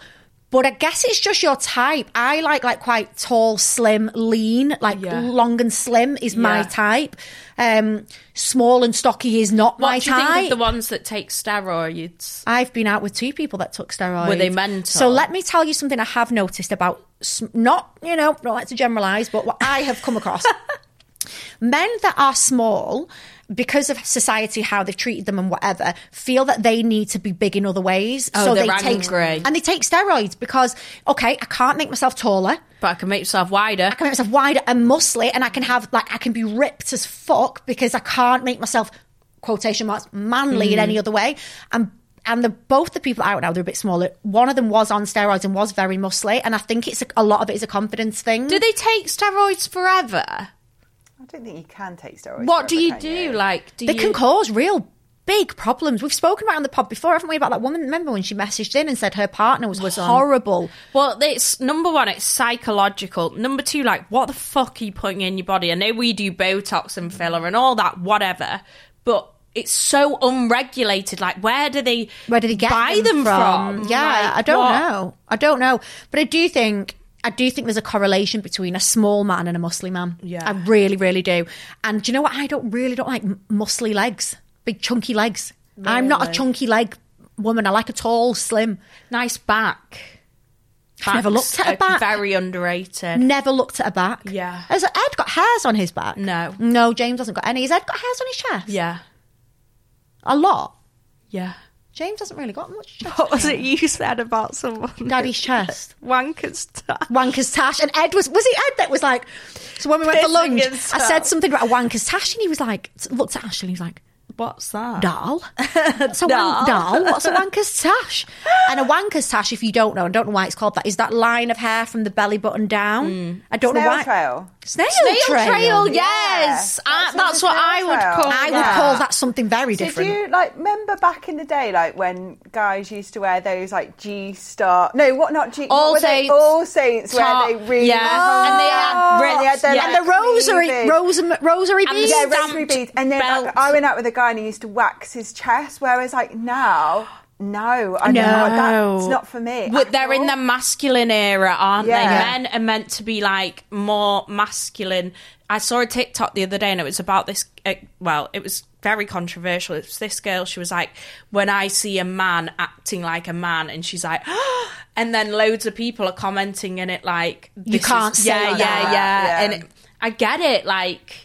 Speaker 4: but I guess it's just your type. I like like quite tall, slim, lean, like
Speaker 5: Yeah.
Speaker 4: long and slim is my
Speaker 5: Yeah.
Speaker 4: type. Um, small and stocky is not my
Speaker 5: What do you
Speaker 4: type.
Speaker 5: think of the ones that take steroids?
Speaker 4: I've been out with two people that took steroids.
Speaker 5: Were they mental?
Speaker 4: So let me tell you something I have noticed about s- not you know not like to generalize, but what I have come across. Men that are small, because of society, how they've treated them and whatever, feel that they need to be big in other ways.
Speaker 5: Oh,
Speaker 4: so
Speaker 5: they're
Speaker 4: they take
Speaker 5: angry.
Speaker 4: and they take steroids because okay, I can't make myself taller.
Speaker 5: But I can make myself wider.
Speaker 4: I can make myself wider and muscly, and I can have like I can be ripped as fuck because I can't make myself quotation marks manly in
Speaker 5: Mm.
Speaker 4: any other way. And and the both the people out now they're a bit smaller. One of them was on steroids and was very muscly, and I think it's a, a lot of it is a confidence thing.
Speaker 5: Do they take steroids forever?
Speaker 6: I don't think you can take steroids.
Speaker 5: What do
Speaker 6: forever,
Speaker 5: you
Speaker 6: can
Speaker 5: do? Like, do
Speaker 4: they
Speaker 5: you
Speaker 4: can cause real big problems. We've spoken about it on the pod before, haven't we? About that woman. Remember when she messaged in and said her partner was, horrible.
Speaker 5: Well, it's number one, it's psychological. Number two, like, what the fuck are you putting in your body? I know we do Botox and filler and all that, whatever, but it's so unregulated. Like, where do they
Speaker 4: Where did he get
Speaker 5: buy
Speaker 4: them, from? Yeah,
Speaker 5: Like,
Speaker 4: I don't
Speaker 5: what-
Speaker 4: know. I don't know, but I do think I do think there's a correlation between a small man and a muscly man. Yeah, I really, really do. And do you know what? I don't really don't like m- muscly legs, big chunky legs. I'm not a chunky leg woman. I like a tall, slim.
Speaker 5: Nice back.
Speaker 4: I've never
Speaker 5: Backs
Speaker 4: looked at a
Speaker 5: are
Speaker 4: back.
Speaker 5: Very underrated.
Speaker 4: Never looked at a back.
Speaker 5: Yeah.
Speaker 4: Has Ed got hairs on his back?
Speaker 5: No.
Speaker 4: No, James hasn't got any. Has Ed got hairs on his chest?
Speaker 5: Yeah,
Speaker 4: A lot.
Speaker 5: yeah.
Speaker 4: James hasn't really got much chest.
Speaker 5: What was it you said about someone?
Speaker 4: Daddy's chest.
Speaker 5: Wankers.
Speaker 4: wanker's tash. And Ed was was it Ed that was like? So when we went for
Speaker 5: Pissing
Speaker 4: lunch,
Speaker 5: himself.
Speaker 4: I said something about a wanker's tash, and he was like, looked at Ashley, and he was like.
Speaker 5: What's that?
Speaker 4: Dal, so wan- dal. What's a wanker's tash? And a wanker's tash, if you don't know, and don't know why it's called that, is that line of hair from the belly button down. I don't know
Speaker 6: Snail
Speaker 4: why.
Speaker 6: trail.
Speaker 4: Snail,
Speaker 5: Snail
Speaker 4: trail.
Speaker 5: trail,
Speaker 6: Yeah,
Speaker 5: yes. I-
Speaker 6: that's what
Speaker 5: that's
Speaker 6: a
Speaker 5: what
Speaker 6: snail
Speaker 5: I would
Speaker 6: trail.
Speaker 5: call
Speaker 4: I would
Speaker 5: that.
Speaker 4: call that something very
Speaker 6: Did
Speaker 4: different.
Speaker 6: you like remember back in the day, like when guys used to wear those like G Star? No, what not G?
Speaker 5: All
Speaker 6: what were they?
Speaker 5: Saints.
Speaker 6: All Saints,
Speaker 5: Top.
Speaker 6: where they really
Speaker 5: Yeah. And they had
Speaker 6: Oh,
Speaker 5: ribs,
Speaker 6: their,
Speaker 5: yeah.
Speaker 6: like,
Speaker 4: and the rosary,
Speaker 6: cleavage.
Speaker 4: rosam- rosary
Speaker 5: And the
Speaker 4: beads.
Speaker 6: Yeah,
Speaker 5: stamped
Speaker 6: rosary beads. And then
Speaker 5: belt.
Speaker 6: like, I went out with a guy and he used to wax his chest, whereas like now, no, I know
Speaker 5: No.
Speaker 6: that's not for me.
Speaker 5: But
Speaker 6: at
Speaker 5: they're in the
Speaker 6: all.
Speaker 5: masculine era, aren't
Speaker 6: Yeah.
Speaker 5: they? Men are meant to be like more masculine. I saw a TikTok the other day and it was about this. Uh, well, it was very controversial. It was this girl. She was like, when I see a man acting like a man, and she's like, and then loads of people are commenting in it like, this is-
Speaker 4: can't say
Speaker 5: yeah,
Speaker 4: that.
Speaker 5: yeah, yeah,
Speaker 6: Yeah.
Speaker 5: And it, I get it. Like,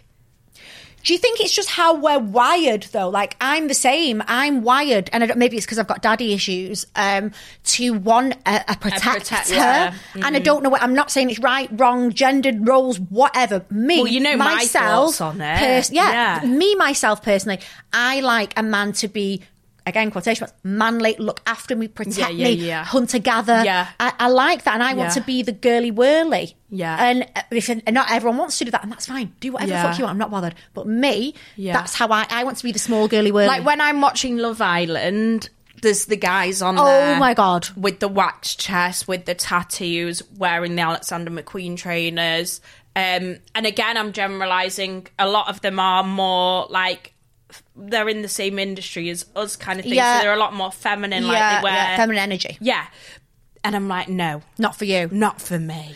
Speaker 4: Do you think it's just how we're wired though? Like I'm the same. I'm wired, and I don't, maybe it's because I've got daddy issues. Um, to want a, a protector,
Speaker 5: protector.
Speaker 4: and I
Speaker 5: Mm.
Speaker 4: don't know. what I'm not saying it's right, wrong, gendered roles, whatever. Me,
Speaker 5: Well, you know my
Speaker 4: myself,
Speaker 5: thoughts on it.
Speaker 4: yeah,
Speaker 5: Yeah.
Speaker 4: me myself personally, I like a man to be. Again, quotation marks, manly, look after me, protect
Speaker 5: Yeah, yeah,
Speaker 4: me,
Speaker 5: yeah.
Speaker 4: hunter gather.
Speaker 5: Yeah.
Speaker 4: I, I like that, and I want
Speaker 5: Yeah.
Speaker 4: to be the girly whirly.
Speaker 5: Yeah.
Speaker 4: and uh, if and not everyone wants to do that, and that's fine. Do whatever the
Speaker 5: Yeah.
Speaker 4: fuck you want. I'm not bothered. But me,
Speaker 5: Yeah.
Speaker 4: that's how I, I want to be the small girly world.
Speaker 5: like when I'm watching Love Island. There's the guys on
Speaker 4: Oh
Speaker 5: there
Speaker 4: my God.
Speaker 5: with the waxed chest, with the tattoos, wearing the Alexander McQueen trainers. Um, and again, I'm generalizing. A lot of them are more like f- they're in the same industry as us, kind of thing.
Speaker 4: Yeah.
Speaker 5: So they're a lot more feminine. like
Speaker 4: yeah,
Speaker 5: they wear,
Speaker 4: yeah, feminine energy.
Speaker 5: yeah. And I'm like, no,
Speaker 4: Not for you.
Speaker 5: not for me.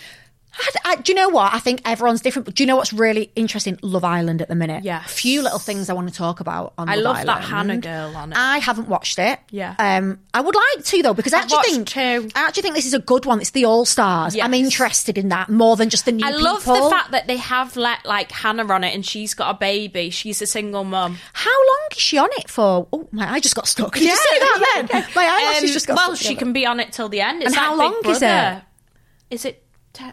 Speaker 4: I, I- do you know what? I think everyone's different. But do you know what's really interesting? Love Island at the minute.
Speaker 5: Yes.
Speaker 4: Few little things I want to talk about on
Speaker 5: I
Speaker 4: Love
Speaker 5: love that
Speaker 4: Island.
Speaker 5: Hannah girl on it.
Speaker 4: I haven't watched it.
Speaker 5: Yeah.
Speaker 4: Um, I would like to though because I
Speaker 5: I've
Speaker 4: actually
Speaker 5: watched
Speaker 4: think
Speaker 5: two.
Speaker 4: I actually think this is a good one. It's the All Stars. I'm
Speaker 5: Yes.
Speaker 4: interested in that more than just the new
Speaker 5: I love
Speaker 4: people.
Speaker 5: the fact that they have let like Hannah on it, and she's got a baby. She's a single mum.
Speaker 4: How long is she on it for? Oh, my eye just got stuck. Did you say that then? My eyelashes
Speaker 5: Um,
Speaker 4: just got
Speaker 5: well,
Speaker 4: stuck
Speaker 5: she
Speaker 4: together.
Speaker 5: can be on it till the end. It's
Speaker 4: And
Speaker 5: like
Speaker 4: how
Speaker 5: Big
Speaker 4: long is
Speaker 5: Brother.
Speaker 4: it?
Speaker 5: Is it te-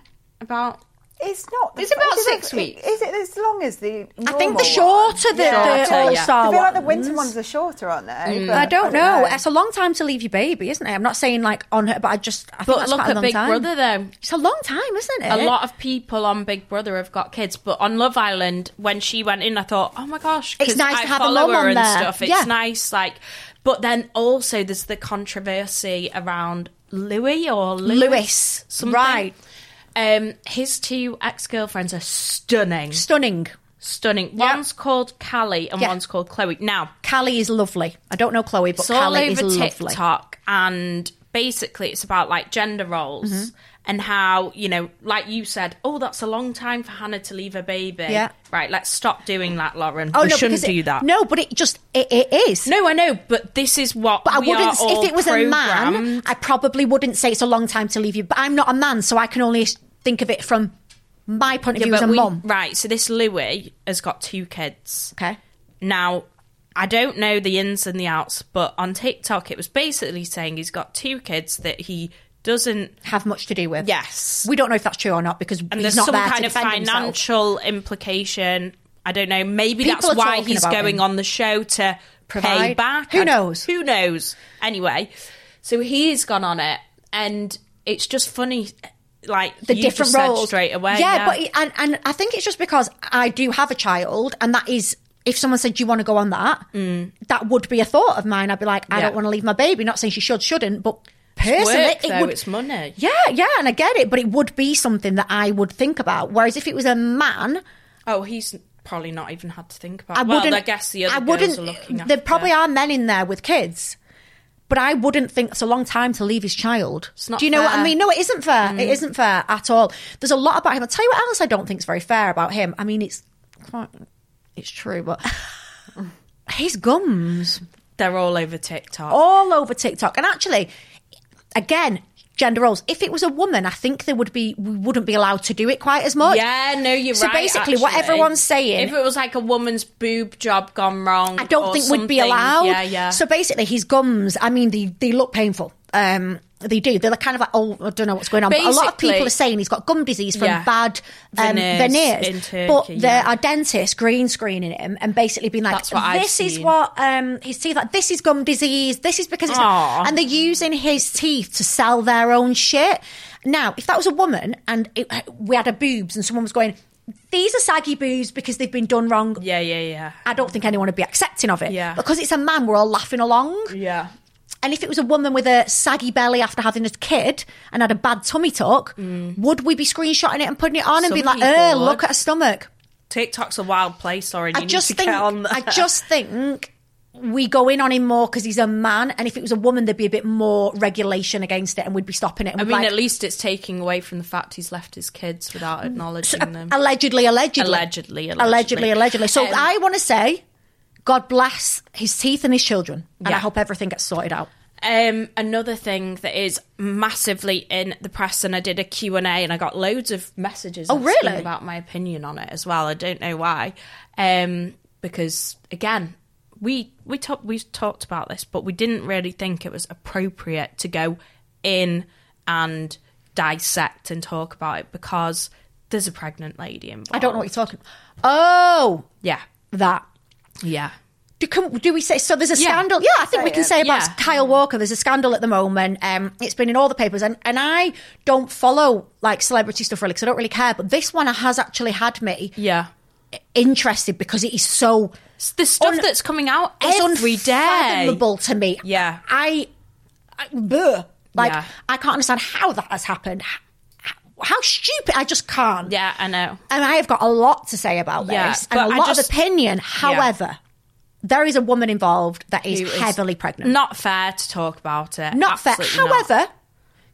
Speaker 5: about?
Speaker 6: It's not.
Speaker 5: It's about
Speaker 6: is it-
Speaker 5: six weeks.
Speaker 6: Is it as long as the?
Speaker 4: I think the
Speaker 6: normal one?
Speaker 4: shorter the,
Speaker 5: Yeah.
Speaker 4: the
Speaker 5: Shorter,
Speaker 4: All
Speaker 5: yeah.
Speaker 4: Star
Speaker 6: I
Speaker 4: one.
Speaker 6: feel like the winter ones are shorter, aren't they? But
Speaker 4: I don't know. It's a long time to leave your baby, isn't it? I'm not saying like on her, but I just. I think
Speaker 5: But
Speaker 4: that's
Speaker 5: look
Speaker 4: quite a
Speaker 5: at
Speaker 4: long
Speaker 5: Big
Speaker 4: time.
Speaker 5: Brother though.
Speaker 4: It's a long time, isn't it?
Speaker 5: A lot of people on Big Brother have got kids, but on Love Island, when she went in, I thought, oh my gosh, 'cause
Speaker 4: It's nice
Speaker 5: I
Speaker 4: to have a
Speaker 5: follow
Speaker 4: mum
Speaker 5: her
Speaker 4: on
Speaker 5: and
Speaker 4: there.
Speaker 5: stuff. It's
Speaker 4: Yeah.
Speaker 5: nice, like. But then also, there's the controversy around Louis or Louis,
Speaker 4: Lewis,
Speaker 5: something.
Speaker 4: right?
Speaker 5: Um, his two ex girlfriends are stunning,
Speaker 4: Stunning.
Speaker 5: stunning.
Speaker 4: Yeah.
Speaker 5: One's called Callie and
Speaker 4: Yeah.
Speaker 5: one's called Chloe. Now,
Speaker 4: Callie is lovely. I don't know Chloe, but
Speaker 5: it's all
Speaker 4: Callie
Speaker 5: over
Speaker 4: is lovely.
Speaker 5: TikTok, and basically it's about like gender roles
Speaker 4: Mm-hmm.
Speaker 5: and how you know, like you said, oh, that's a long time for Hannah to leave her baby.
Speaker 4: Yeah.
Speaker 5: right. Let's stop doing that, Lauren.
Speaker 4: Oh
Speaker 5: we
Speaker 4: no,
Speaker 5: shouldn't
Speaker 4: because
Speaker 5: do
Speaker 4: it,
Speaker 5: that.
Speaker 4: No, but it just it, it is.
Speaker 5: no, I know, but this is what.
Speaker 4: But I
Speaker 5: we are
Speaker 4: wouldn't.
Speaker 5: all
Speaker 4: If it was a man,
Speaker 5: programmed.
Speaker 4: I probably wouldn't say it's a long time to leave you. But I'm not a man, so I can only think of it from My point of
Speaker 5: Yeah,
Speaker 4: view as a
Speaker 5: we-
Speaker 4: mum.
Speaker 5: Right, so this Louis has got two kids.
Speaker 4: Okay.
Speaker 5: Now, I don't know the ins and the outs, but on TikTok it was basically saying he's got two kids that he doesn't.
Speaker 4: Have much to do with.
Speaker 5: Yes.
Speaker 4: We don't know if that's true or not because
Speaker 5: And
Speaker 4: he's
Speaker 5: there's
Speaker 4: not
Speaker 5: some
Speaker 4: there
Speaker 5: kind
Speaker 4: to
Speaker 5: of
Speaker 4: defend himself.
Speaker 5: financial implication. I don't know. Maybe
Speaker 4: People are
Speaker 5: that's why
Speaker 4: talking
Speaker 5: he's
Speaker 4: about
Speaker 5: going
Speaker 4: him.
Speaker 5: on the show to pay
Speaker 4: Provide.
Speaker 5: back.
Speaker 4: Who
Speaker 5: I-
Speaker 4: knows?
Speaker 5: Who knows? Anyway, so he's gone on it, and it's just funny. Like
Speaker 4: the
Speaker 5: you just
Speaker 4: different
Speaker 5: said
Speaker 4: roles
Speaker 5: straight away.
Speaker 4: Yeah, but it- and and I think it's just because I do have a child, and that is if someone said, "Do you want to go on that?" That would be a thought of mine. I'd be like,
Speaker 5: Mm.
Speaker 4: "I
Speaker 5: Yeah.
Speaker 4: don't want to leave my baby." Not saying she should, shouldn't, but personally,
Speaker 5: work,
Speaker 4: it
Speaker 5: though,
Speaker 4: would.
Speaker 5: it's money.
Speaker 4: Yeah, yeah, and I get it, but it would be something that I would think about. Whereas if it was a man,
Speaker 5: Oh, he's probably not even had to think about.
Speaker 4: I
Speaker 5: it. well,
Speaker 4: wouldn't.
Speaker 5: I guess the other
Speaker 4: I wouldn't.
Speaker 5: girls are looking
Speaker 4: there
Speaker 5: after.
Speaker 4: probably are men in there with kids. But I wouldn't think it's a long time to leave his child.
Speaker 5: not
Speaker 4: Do you know what I
Speaker 5: fair. Mm.
Speaker 4: mean? No, it isn't fair. It isn't fair at all. There's a lot about him. I'll tell you what else I don't think is very fair about him. I mean, it's quite, it's true, but his gums
Speaker 5: They're all over TikTok.
Speaker 4: all over TikTok. And actually, again, gender roles. If it was a woman, I think there would be we wouldn't be allowed to do it quite as much.
Speaker 5: Yeah, no, you're
Speaker 4: Oh, So
Speaker 5: right.
Speaker 4: basically, what
Speaker 5: actually.
Speaker 4: everyone's saying,
Speaker 5: if it was like a woman's boob job gone wrong,
Speaker 4: I don't
Speaker 5: or
Speaker 4: think we'd be
Speaker 5: something,
Speaker 4: allowed.
Speaker 5: Yeah, yeah.
Speaker 4: So basically, his gums. I mean, they they look painful. Um, they do. They're kind of like, oh, I don't know what's going on. but a lot of
Speaker 5: Basically-
Speaker 4: people are saying he's got gum disease from
Speaker 5: Yeah.
Speaker 4: bad um,
Speaker 5: Veneers
Speaker 4: veneers.
Speaker 5: in Turkey,
Speaker 4: but there
Speaker 5: yeah.
Speaker 4: are dentists green screening him and basically being like,
Speaker 5: That's what I've
Speaker 4: this is
Speaker 5: seen.
Speaker 4: what um, his teeth like. This is gum disease. This is because it's
Speaker 5: Aw.
Speaker 4: and they're using his teeth to sell their own shit. Now, if that was a woman and it, we had a boobs and someone was going, these are saggy boobs because they've been done wrong.
Speaker 5: yeah, yeah, yeah.
Speaker 4: I don't think anyone would be accepting of it.
Speaker 5: Yeah.
Speaker 4: Because it's a man, we're all laughing along.
Speaker 5: Yeah.
Speaker 4: And if it was a woman with a saggy belly after having a kid and had a bad tummy tuck, would we be screenshotting it and putting it on
Speaker 5: Mm.
Speaker 4: and
Speaker 5: Some
Speaker 4: be like,
Speaker 5: people
Speaker 4: oh,
Speaker 5: would.
Speaker 4: look at her stomach?
Speaker 5: TikTok's a wild place, sorry. and
Speaker 4: I
Speaker 5: you
Speaker 4: just
Speaker 5: need to
Speaker 4: think
Speaker 5: get on
Speaker 4: I
Speaker 5: there.
Speaker 4: just think we go in on him more because he's a man. And if it was a woman, there'd be a bit more regulation against it and we'd be stopping it. And
Speaker 5: I
Speaker 4: we'd
Speaker 5: mean,
Speaker 4: like- Mm.
Speaker 5: at least it's taking away from the fact he's left his kids without acknowledging
Speaker 4: uh,
Speaker 5: them.
Speaker 4: Allegedly, allegedly.
Speaker 5: Allegedly, allegedly.
Speaker 4: Allegedly, allegedly. So
Speaker 5: Um,
Speaker 4: I want to say, God bless his teeth and his children. And I
Speaker 5: Yeah.
Speaker 4: hope everything gets sorted out.
Speaker 5: Um, another thing that is massively in the press, and I did a Q and A, and I got loads of messages.
Speaker 4: Oh,
Speaker 5: asking
Speaker 4: really?
Speaker 5: About my opinion on it as well. I don't know why, um, because again, we we talked we talked about this, but we didn't really think it was appropriate to go in and dissect and talk about it because there's a pregnant lady involved.
Speaker 4: I don't know what you're talking. Oh,
Speaker 5: Yeah,
Speaker 4: that.
Speaker 5: yeah.
Speaker 4: Do, can, do we say so? There's a
Speaker 5: Yeah.
Speaker 4: scandal. Yeah, I think we can say about
Speaker 5: Yeah.
Speaker 4: Kyle Walker. There's a scandal at the moment. Um, it's been in all the papers, and, and I don't follow like celebrity stuff really because I don't really care. But this one has actually had me
Speaker 5: Yeah.
Speaker 4: interested because it is so
Speaker 5: It's the stuff
Speaker 4: Un-
Speaker 5: that's coming out
Speaker 4: it's
Speaker 5: every day.
Speaker 4: unfathomable to me.
Speaker 5: Yeah.
Speaker 4: I, I bleh. like
Speaker 5: Yeah.
Speaker 4: I can't understand how that has happened. How, how stupid! I just can't.
Speaker 5: Yeah, I know.
Speaker 4: and I have got a lot to say about
Speaker 5: Yeah,
Speaker 4: this and a
Speaker 5: but I
Speaker 4: lot of
Speaker 5: just-
Speaker 4: opinion. However, there is a woman involved that is
Speaker 5: Who is
Speaker 4: heavily pregnant.
Speaker 5: Not fair to talk about it.
Speaker 4: Not fair.
Speaker 5: Absolutely not.
Speaker 4: However,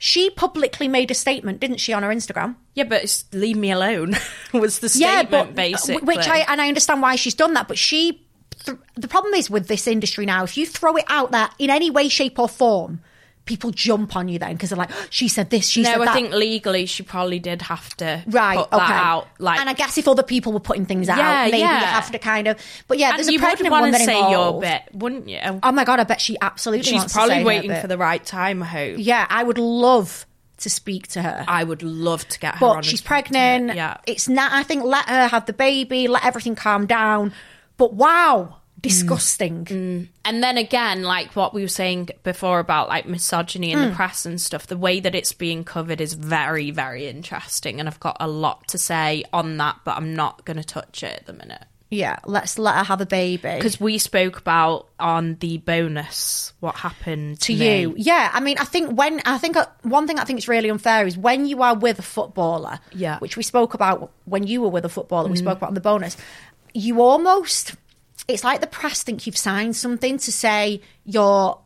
Speaker 4: she publicly made a statement, didn't she, on her Instagram?
Speaker 5: yeah, but it's leave me alone was the
Speaker 4: yeah,
Speaker 5: statement
Speaker 4: but uh,
Speaker 5: basically.
Speaker 4: which I and I understand why she's done that, but she. Th- the problem is with this industry now. If you throw it out there in any way, shape, or form, people jump on you then because they're like, "Oh, "She said this, she
Speaker 5: no,
Speaker 4: said
Speaker 5: I
Speaker 4: that."
Speaker 5: think legally she probably did have to
Speaker 4: right,
Speaker 5: put
Speaker 4: okay.
Speaker 5: that out. Like,
Speaker 4: and I guess if other people were putting things
Speaker 5: Yeah,
Speaker 4: out, maybe
Speaker 5: yeah.
Speaker 4: you have to kind of. But yeah,
Speaker 5: and
Speaker 4: there's a
Speaker 5: you would
Speaker 4: pregnant
Speaker 5: want
Speaker 4: woman
Speaker 5: to say
Speaker 4: involved.
Speaker 5: your bit, wouldn't you?
Speaker 4: Oh my god, I bet she absolutely.
Speaker 5: She's
Speaker 4: wants to say
Speaker 5: probably
Speaker 4: her
Speaker 5: waiting
Speaker 4: bit.
Speaker 5: for the right time. I hope.
Speaker 4: Yeah, I would love to speak to her,
Speaker 5: I would love to get her. on
Speaker 4: but
Speaker 5: and
Speaker 4: she's
Speaker 5: talk to
Speaker 4: pregnant.
Speaker 5: her. Yeah,
Speaker 4: it's not. I think let her have the baby, let everything calm down. But wow,
Speaker 5: Mm.
Speaker 4: disgusting.
Speaker 5: and then again, like what we were saying before about like misogyny in
Speaker 4: Mm.
Speaker 5: the press and stuff, the way that it's being covered is very, very interesting. And I've got a lot to say on that, but I'm not going to touch it at the minute.
Speaker 4: Yeah, let's let her have a baby.
Speaker 5: Because we spoke about on the bonus what happened
Speaker 4: to
Speaker 5: me.
Speaker 4: you, yeah. I mean, I think when I think uh, one thing I think is really unfair is when you are with a footballer,
Speaker 5: Yeah. Mm-hmm.
Speaker 4: which we spoke about when you were with a footballer. We spoke about on the bonus. You almost, it's like the press think you've signed something to say you're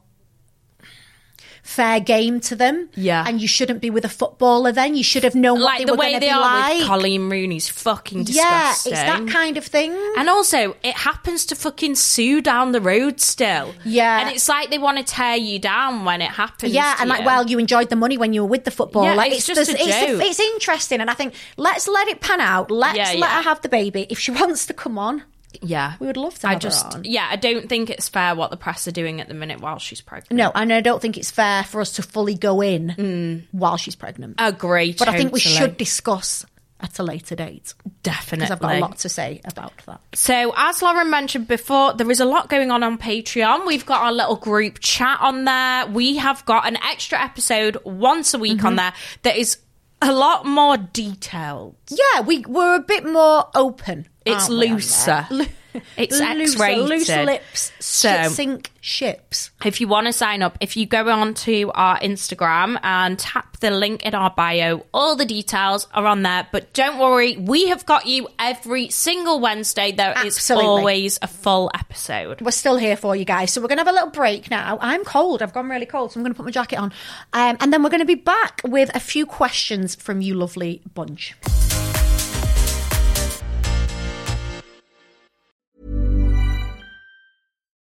Speaker 4: fair game to them.
Speaker 5: Yeah.
Speaker 4: And you shouldn't be with a footballer then. You should have known what
Speaker 5: like
Speaker 4: they
Speaker 5: the
Speaker 4: were
Speaker 5: way
Speaker 4: gonna
Speaker 5: they
Speaker 4: be
Speaker 5: are
Speaker 4: like.
Speaker 5: with Colleen Rooney's fucking
Speaker 4: yeah, it's
Speaker 5: disgusting.
Speaker 4: that kind of thing.
Speaker 5: And also, it happens to fucking Sue down the road still.
Speaker 4: Yeah.
Speaker 5: and it's like they want to tear you down when it happens.
Speaker 4: Yeah,
Speaker 5: to
Speaker 4: and like,
Speaker 5: you.
Speaker 4: well, you enjoyed the money when you were with the footballer.
Speaker 5: Yeah, it's just
Speaker 4: there's-
Speaker 5: a
Speaker 4: it's,
Speaker 5: joke.
Speaker 4: it's interesting, and I think let's let it pan out. Let's
Speaker 5: Yeah,
Speaker 4: let
Speaker 5: yeah.
Speaker 4: her have the baby if she wants to come on.
Speaker 5: yeah,
Speaker 4: We would love to
Speaker 5: I
Speaker 4: have her
Speaker 5: just,
Speaker 4: on.
Speaker 5: yeah, I don't think it's fair what the press are doing at the minute while she's pregnant.
Speaker 4: No, and I don't think it's fair for us to fully go in while she's pregnant.
Speaker 5: Mm. Agree,
Speaker 4: but I think we
Speaker 5: totally.
Speaker 4: should discuss at a later date
Speaker 5: definitely.
Speaker 4: because I've got a lot to say about that.
Speaker 5: So, as Lauren mentioned before, there is a lot going on on Patreon. We've got our little group chat on there. We have got an extra episode once a week on there that is a lot more detailed.
Speaker 4: Yeah, we we're a bit more open.
Speaker 5: It's
Speaker 4: aren't we, on
Speaker 5: looser.
Speaker 4: there?
Speaker 5: It's
Speaker 4: Looser-
Speaker 5: X-rated.
Speaker 4: loose lips,
Speaker 5: So-
Speaker 4: shit sink ships.
Speaker 5: If you want to sign up, if you go on to our Instagram and tap the link in our bio, all the details are on there. But don't worry, we have got you every single Wednesday. There is
Speaker 4: Absolutely.
Speaker 5: always a full episode.
Speaker 4: We're still here for you guys. So we're going to have a little break now. I'm cold. I've gone really cold. So I'm going to put my jacket on. Um, and then we're going to be back with a few questions from you lovely bunch.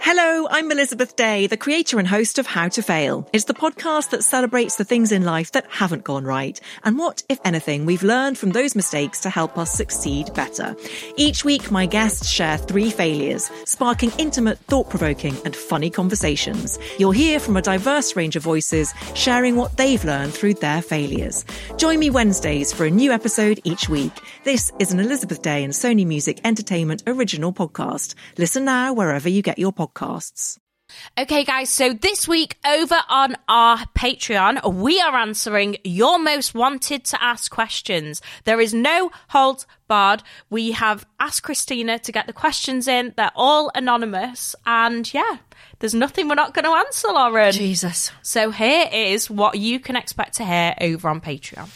Speaker 8: Hello, I'm Elizabeth Day, the creator and host of How to Fail. It's the podcast that celebrates the things in life that haven't gone right and what, if anything, we've learned from those mistakes to help us succeed better. Each week, my guests share three failures, sparking intimate, thought provoking, and funny conversations. You'll hear from a diverse range of voices sharing what they've learned through their failures. Join me Wednesdays for a new episode each week. This is an Elizabeth Day and Sony Music Entertainment original podcast. Listen now wherever you get your podcasts.
Speaker 5: Okay, guys, so this week over on our Patreon, we are answering your most wanted to ask questions. There is no holds barred. We have asked Christina to get the questions in, they're all anonymous. And yeah, there's nothing we're not going to answer, Lauren.
Speaker 4: Jesus.
Speaker 5: So here is what you can expect to hear over on Patreon.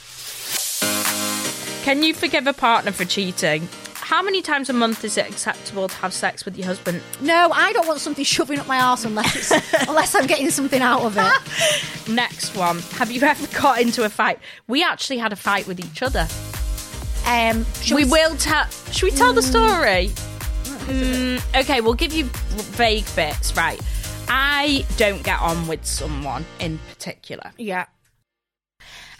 Speaker 5: Can you forgive a partner for cheating? How many times a month is it acceptable to have sex with your husband?
Speaker 4: No, I don't want something shoving up my arse unless it's, unless I'm getting something out of it.
Speaker 5: Next one. Have you ever got into a fight? We actually had a fight with each other.
Speaker 4: Um, shall
Speaker 5: we
Speaker 4: s-
Speaker 5: will tell. Should we tell the story? Mm, okay, we'll give you vague bits. Right. I don't get on with someone in particular.
Speaker 4: Yeah.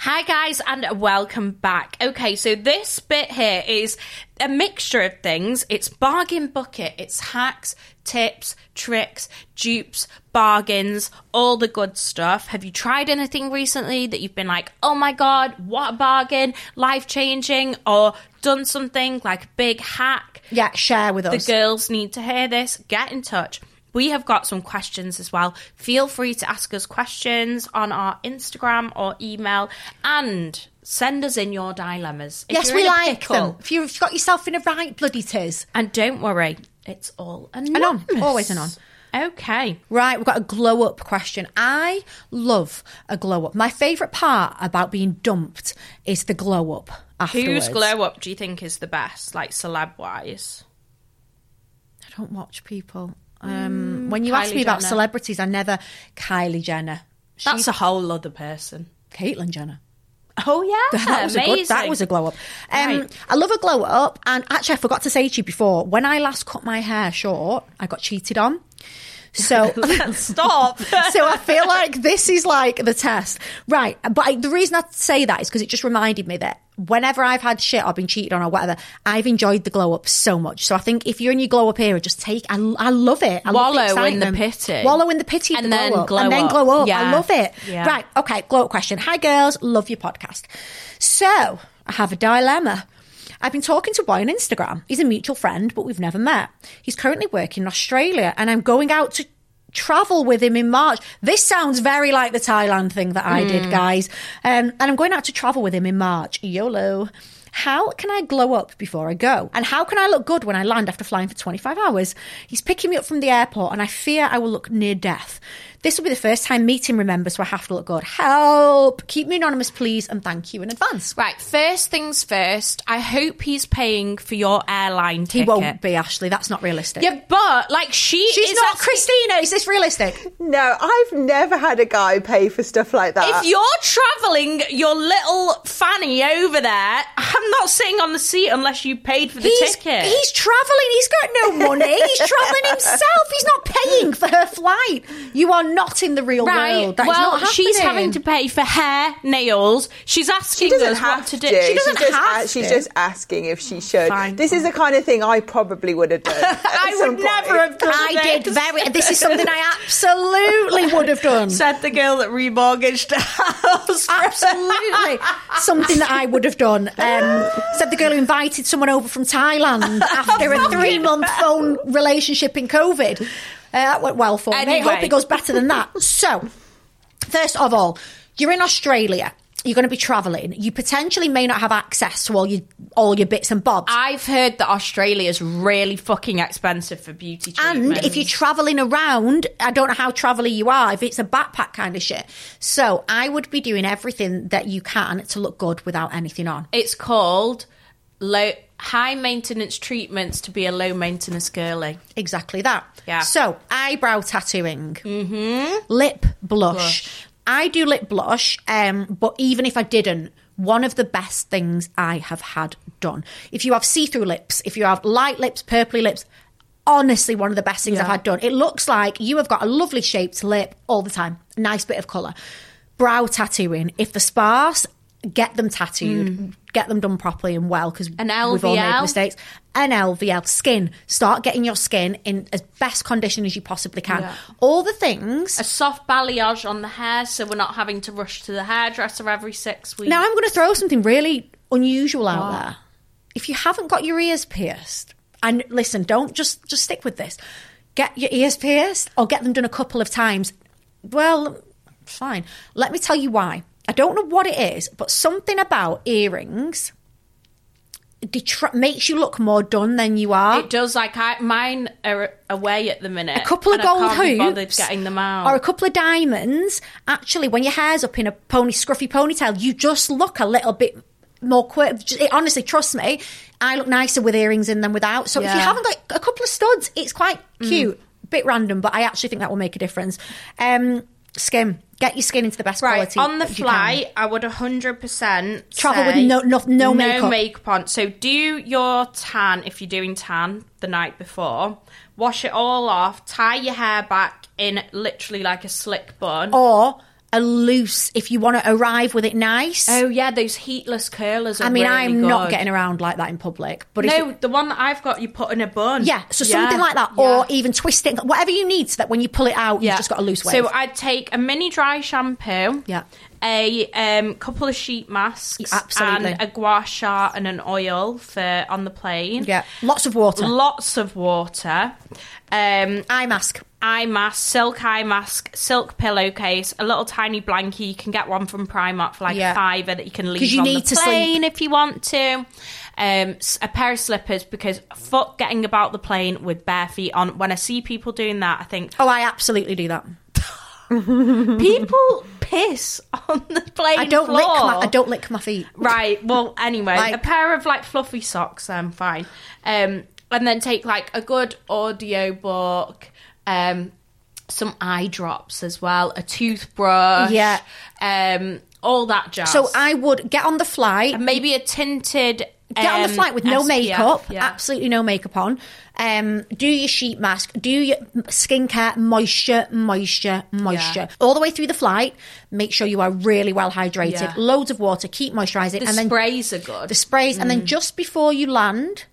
Speaker 5: Hi, guys, and welcome back. Okay, so this bit here is a mixture of things it's bargain bucket, it's hacks, tips, tricks, dupes, bargains, all the good stuff. Have you tried anything recently that you've been like, oh my god, what a bargain, life changing, or done something like a big hack?
Speaker 4: Yeah, share with us.
Speaker 5: The girls need to hear this. Get in touch. We have got some questions as well. Feel free to ask us questions on our Instagram or email and send us in your dilemmas. If
Speaker 4: yes,
Speaker 5: you're
Speaker 4: we
Speaker 5: in a
Speaker 4: like
Speaker 5: pickle-
Speaker 4: them. If you've got yourself in a right bloody tiz.
Speaker 5: And don't worry, it's all anonymous.
Speaker 4: Anon. Always anon.
Speaker 5: Okay.
Speaker 4: Right, we've got a glow up question. I love a glow up. My favourite part about being dumped is the glow up afterwards.
Speaker 5: Whose glow up do you think is the best, like celeb wise?
Speaker 4: I don't watch people. Um, when you
Speaker 5: Mm, Kylie
Speaker 4: ask me about
Speaker 5: Jenner.
Speaker 4: celebrities, I never Kylie Jenner,
Speaker 5: That's a whole other person.
Speaker 4: Caitlyn Jenner.
Speaker 5: Oh yeah,
Speaker 4: that was a good. That
Speaker 5: amazing.
Speaker 4: was a glow up. Um,
Speaker 5: Right.
Speaker 4: I love a glow up. And actually, I forgot to say to you before when I last cut my hair short, I got cheated on. So
Speaker 5: Stop.
Speaker 4: so I feel like this is like the test, right? But I, the reason I say that is because it just reminded me that whenever I've had shit or been cheated on or whatever, I've enjoyed the glow up so much. So I think if you're in your glow up era, just take. I, I love it. I love
Speaker 5: Wallow in the
Speaker 4: excitement.
Speaker 5: pity.
Speaker 4: Wallow in the pity. of
Speaker 5: And
Speaker 4: the
Speaker 5: then
Speaker 4: glow up,
Speaker 5: glow
Speaker 4: and then
Speaker 5: up.
Speaker 4: glow up. I
Speaker 5: Yeah.
Speaker 4: love it.
Speaker 5: Yeah.
Speaker 4: Right. Okay. Glow up question. Hi girls, love your podcast. So I have a dilemma. I've been talking to a boy on Instagram. He's a mutual friend, but we've never met. He's currently working in Australia, and I'm going out to travel with him in March. This sounds very like the Thailand thing that I did, guys. Um, and I'm going out to travel with him in March. YOLO. How can I glow up before I go? And how can I look good when I land after flying for 25 hours? He's picking me up from the airport, and I fear I will look near death. This will be the first time meeting, remember, so I have to look good. Help! Keep me anonymous, please, and thank you in advance.
Speaker 5: Right, first things first. I hope he's paying for your airline
Speaker 4: He
Speaker 5: ticket.
Speaker 4: won't be, Ashley. That's not realistic.
Speaker 5: Yeah, but like she
Speaker 4: She's
Speaker 5: is
Speaker 4: not
Speaker 5: actually-
Speaker 4: Christina. Is this realistic?
Speaker 6: No, I've never had a guy pay for stuff like that.
Speaker 5: If you're travelling your little fanny over there, I'm not sitting on the seat unless you paid for the
Speaker 4: he's,
Speaker 5: ticket.
Speaker 4: He's travelling. He's got no money. He's travelling himself. He's not paying for her flight. You are not in the real world. That is
Speaker 5: well,
Speaker 4: not
Speaker 5: she's
Speaker 4: happening.
Speaker 5: having to pay for hair, nails. She's asking us what to do. She
Speaker 6: She's
Speaker 5: doesn't
Speaker 6: just
Speaker 5: have
Speaker 6: a- she's
Speaker 5: to.
Speaker 6: just asking if she should.
Speaker 5: Fine,
Speaker 6: this is the kind of thing I probably would have done.
Speaker 5: I would never have done
Speaker 4: I
Speaker 5: this.
Speaker 4: did very. This is something I absolutely would have done.
Speaker 5: Said the girl that remortgaged the house.
Speaker 4: Absolutely, something that I would have done. Um, said the girl who invited someone over from Thailand after a three-month phone relationship in COVID. Uh, that went well for me. I hope
Speaker 5: Anyway.
Speaker 4: it goes better than that. So, First of all, you're in Australia. You're going to be travelling. You potentially may not have access to all your all your bits and bobs.
Speaker 5: I've heard that Australia's really fucking expensive for beauty
Speaker 4: and
Speaker 5: treatments.
Speaker 4: if you're travelling around, I don't know how traveller you are. If it's a backpack kind of shit, so I would be doing everything that you can to look good without anything on.
Speaker 5: it's called low high maintenance treatments to be a low maintenance girly.
Speaker 4: Exactly that.
Speaker 5: Yeah.
Speaker 4: So eyebrow tattooing, mm-hmm. lip blush. I do lip blush, um, but even if I didn't, one of the best things I have had done. If you have see-through lips, if you have light lips, purpley lips, honestly, one of the best things I've had done. It looks like you have got a lovely shaped lip all the time. Nice bit of color. Brow tattooing. If they're sparse, get them tattooed. Get them done properly and well because
Speaker 5: An
Speaker 4: We've all made
Speaker 5: LVL?
Speaker 4: mistakes. An LVL skin. Start getting your skin in as best condition as you possibly can. All the things.
Speaker 5: A soft balayage on the hair so we're not having to rush to the hairdresser every six weeks.
Speaker 4: Now I'm going to throw something really unusual out there. If you haven't got your ears pierced, and listen, don't just just stick with this. Get your ears pierced or get them done a couple of times. Well, fine. Let me tell you why. I don't know what it is, but something about earrings detra- makes you look more done than you are.
Speaker 5: it does like I, mine are away at the minute.
Speaker 4: a couple of
Speaker 5: and I
Speaker 4: gold
Speaker 5: can't be bothered
Speaker 4: hoops
Speaker 5: getting them out.
Speaker 4: or a couple of diamonds actually when your hair's up in a pony scruffy ponytail you just look a little bit more quirky Just- it- honestly trust me i look nicer with earrings in than without so if you
Speaker 5: Yeah. Mm.
Speaker 4: haven't got a couple of studs it's quite cute bit random but i actually think that will make a difference um skin get your skin into the best
Speaker 5: Right
Speaker 4: quality
Speaker 5: on the
Speaker 4: that you can.
Speaker 5: flight, I would hundred percent
Speaker 4: Travel with no- no- no makeup.
Speaker 5: on. So do your tan if you're doing tan the night before. Wash it all off. Tie your hair back in literally like a slick bun. Oh,
Speaker 4: or a loose if you want to arrive with it nice
Speaker 5: yeah, those heatless curlers. Are
Speaker 4: i mean
Speaker 5: Oh, really
Speaker 4: i'm not
Speaker 5: good.
Speaker 4: getting around like that in public but if
Speaker 5: No,
Speaker 4: it-
Speaker 5: the one that I've got, you put in a bun.
Speaker 4: Yeah, so something like that, or even twisting, whatever you need, so that when you pull it out, you've just got a loose wave.
Speaker 5: So I'd take a mini dry shampoo.
Speaker 4: Yeah.
Speaker 5: A um, couple of sheet masks,
Speaker 4: Yeah, absolutely.
Speaker 5: and a gua sha and an oil for on the plane.
Speaker 4: yeah, lots of water,
Speaker 5: lots of water, um,
Speaker 4: eye mask.
Speaker 5: eye mask, silk eye mask, silk pillowcase, a little tiny blanket. You can get one from Primark for like
Speaker 4: Yeah.
Speaker 5: a fiver that you can leave
Speaker 4: 'Cause you
Speaker 5: on
Speaker 4: need
Speaker 5: the
Speaker 4: to sleep.
Speaker 5: plane if you want to. Um, s- a pair of slippers because fuck getting about the plane with bare feet on. When I see people doing that, I think
Speaker 4: Oh, I absolutely do that.
Speaker 5: people piss on the plane.
Speaker 4: I don't
Speaker 5: floor.
Speaker 4: lick. My, I don't lick my feet.
Speaker 5: Right. Well, anyway,
Speaker 4: Like-
Speaker 5: a pair of like fluffy socks. I'm fine. Um, and then take like a good audio book, um, some eye drops as well, a toothbrush.
Speaker 4: Yeah.
Speaker 5: Um, all that jazz.
Speaker 4: So I would get on the flight.
Speaker 5: maybe a tinted
Speaker 4: Get on the
Speaker 5: Um,
Speaker 4: flight with no
Speaker 5: SPF,
Speaker 4: makeup,
Speaker 5: yeah.
Speaker 4: absolutely no makeup on. Um, do your sheet mask, do your skincare, moisture, moisture, moisture. All the way through the flight, make sure you are really well hydrated.
Speaker 5: Yeah.
Speaker 4: Loads of water, keep moisturising.
Speaker 5: The
Speaker 4: and then
Speaker 5: sprays are good.
Speaker 4: The sprays. And
Speaker 5: Mm.
Speaker 4: then just before you land,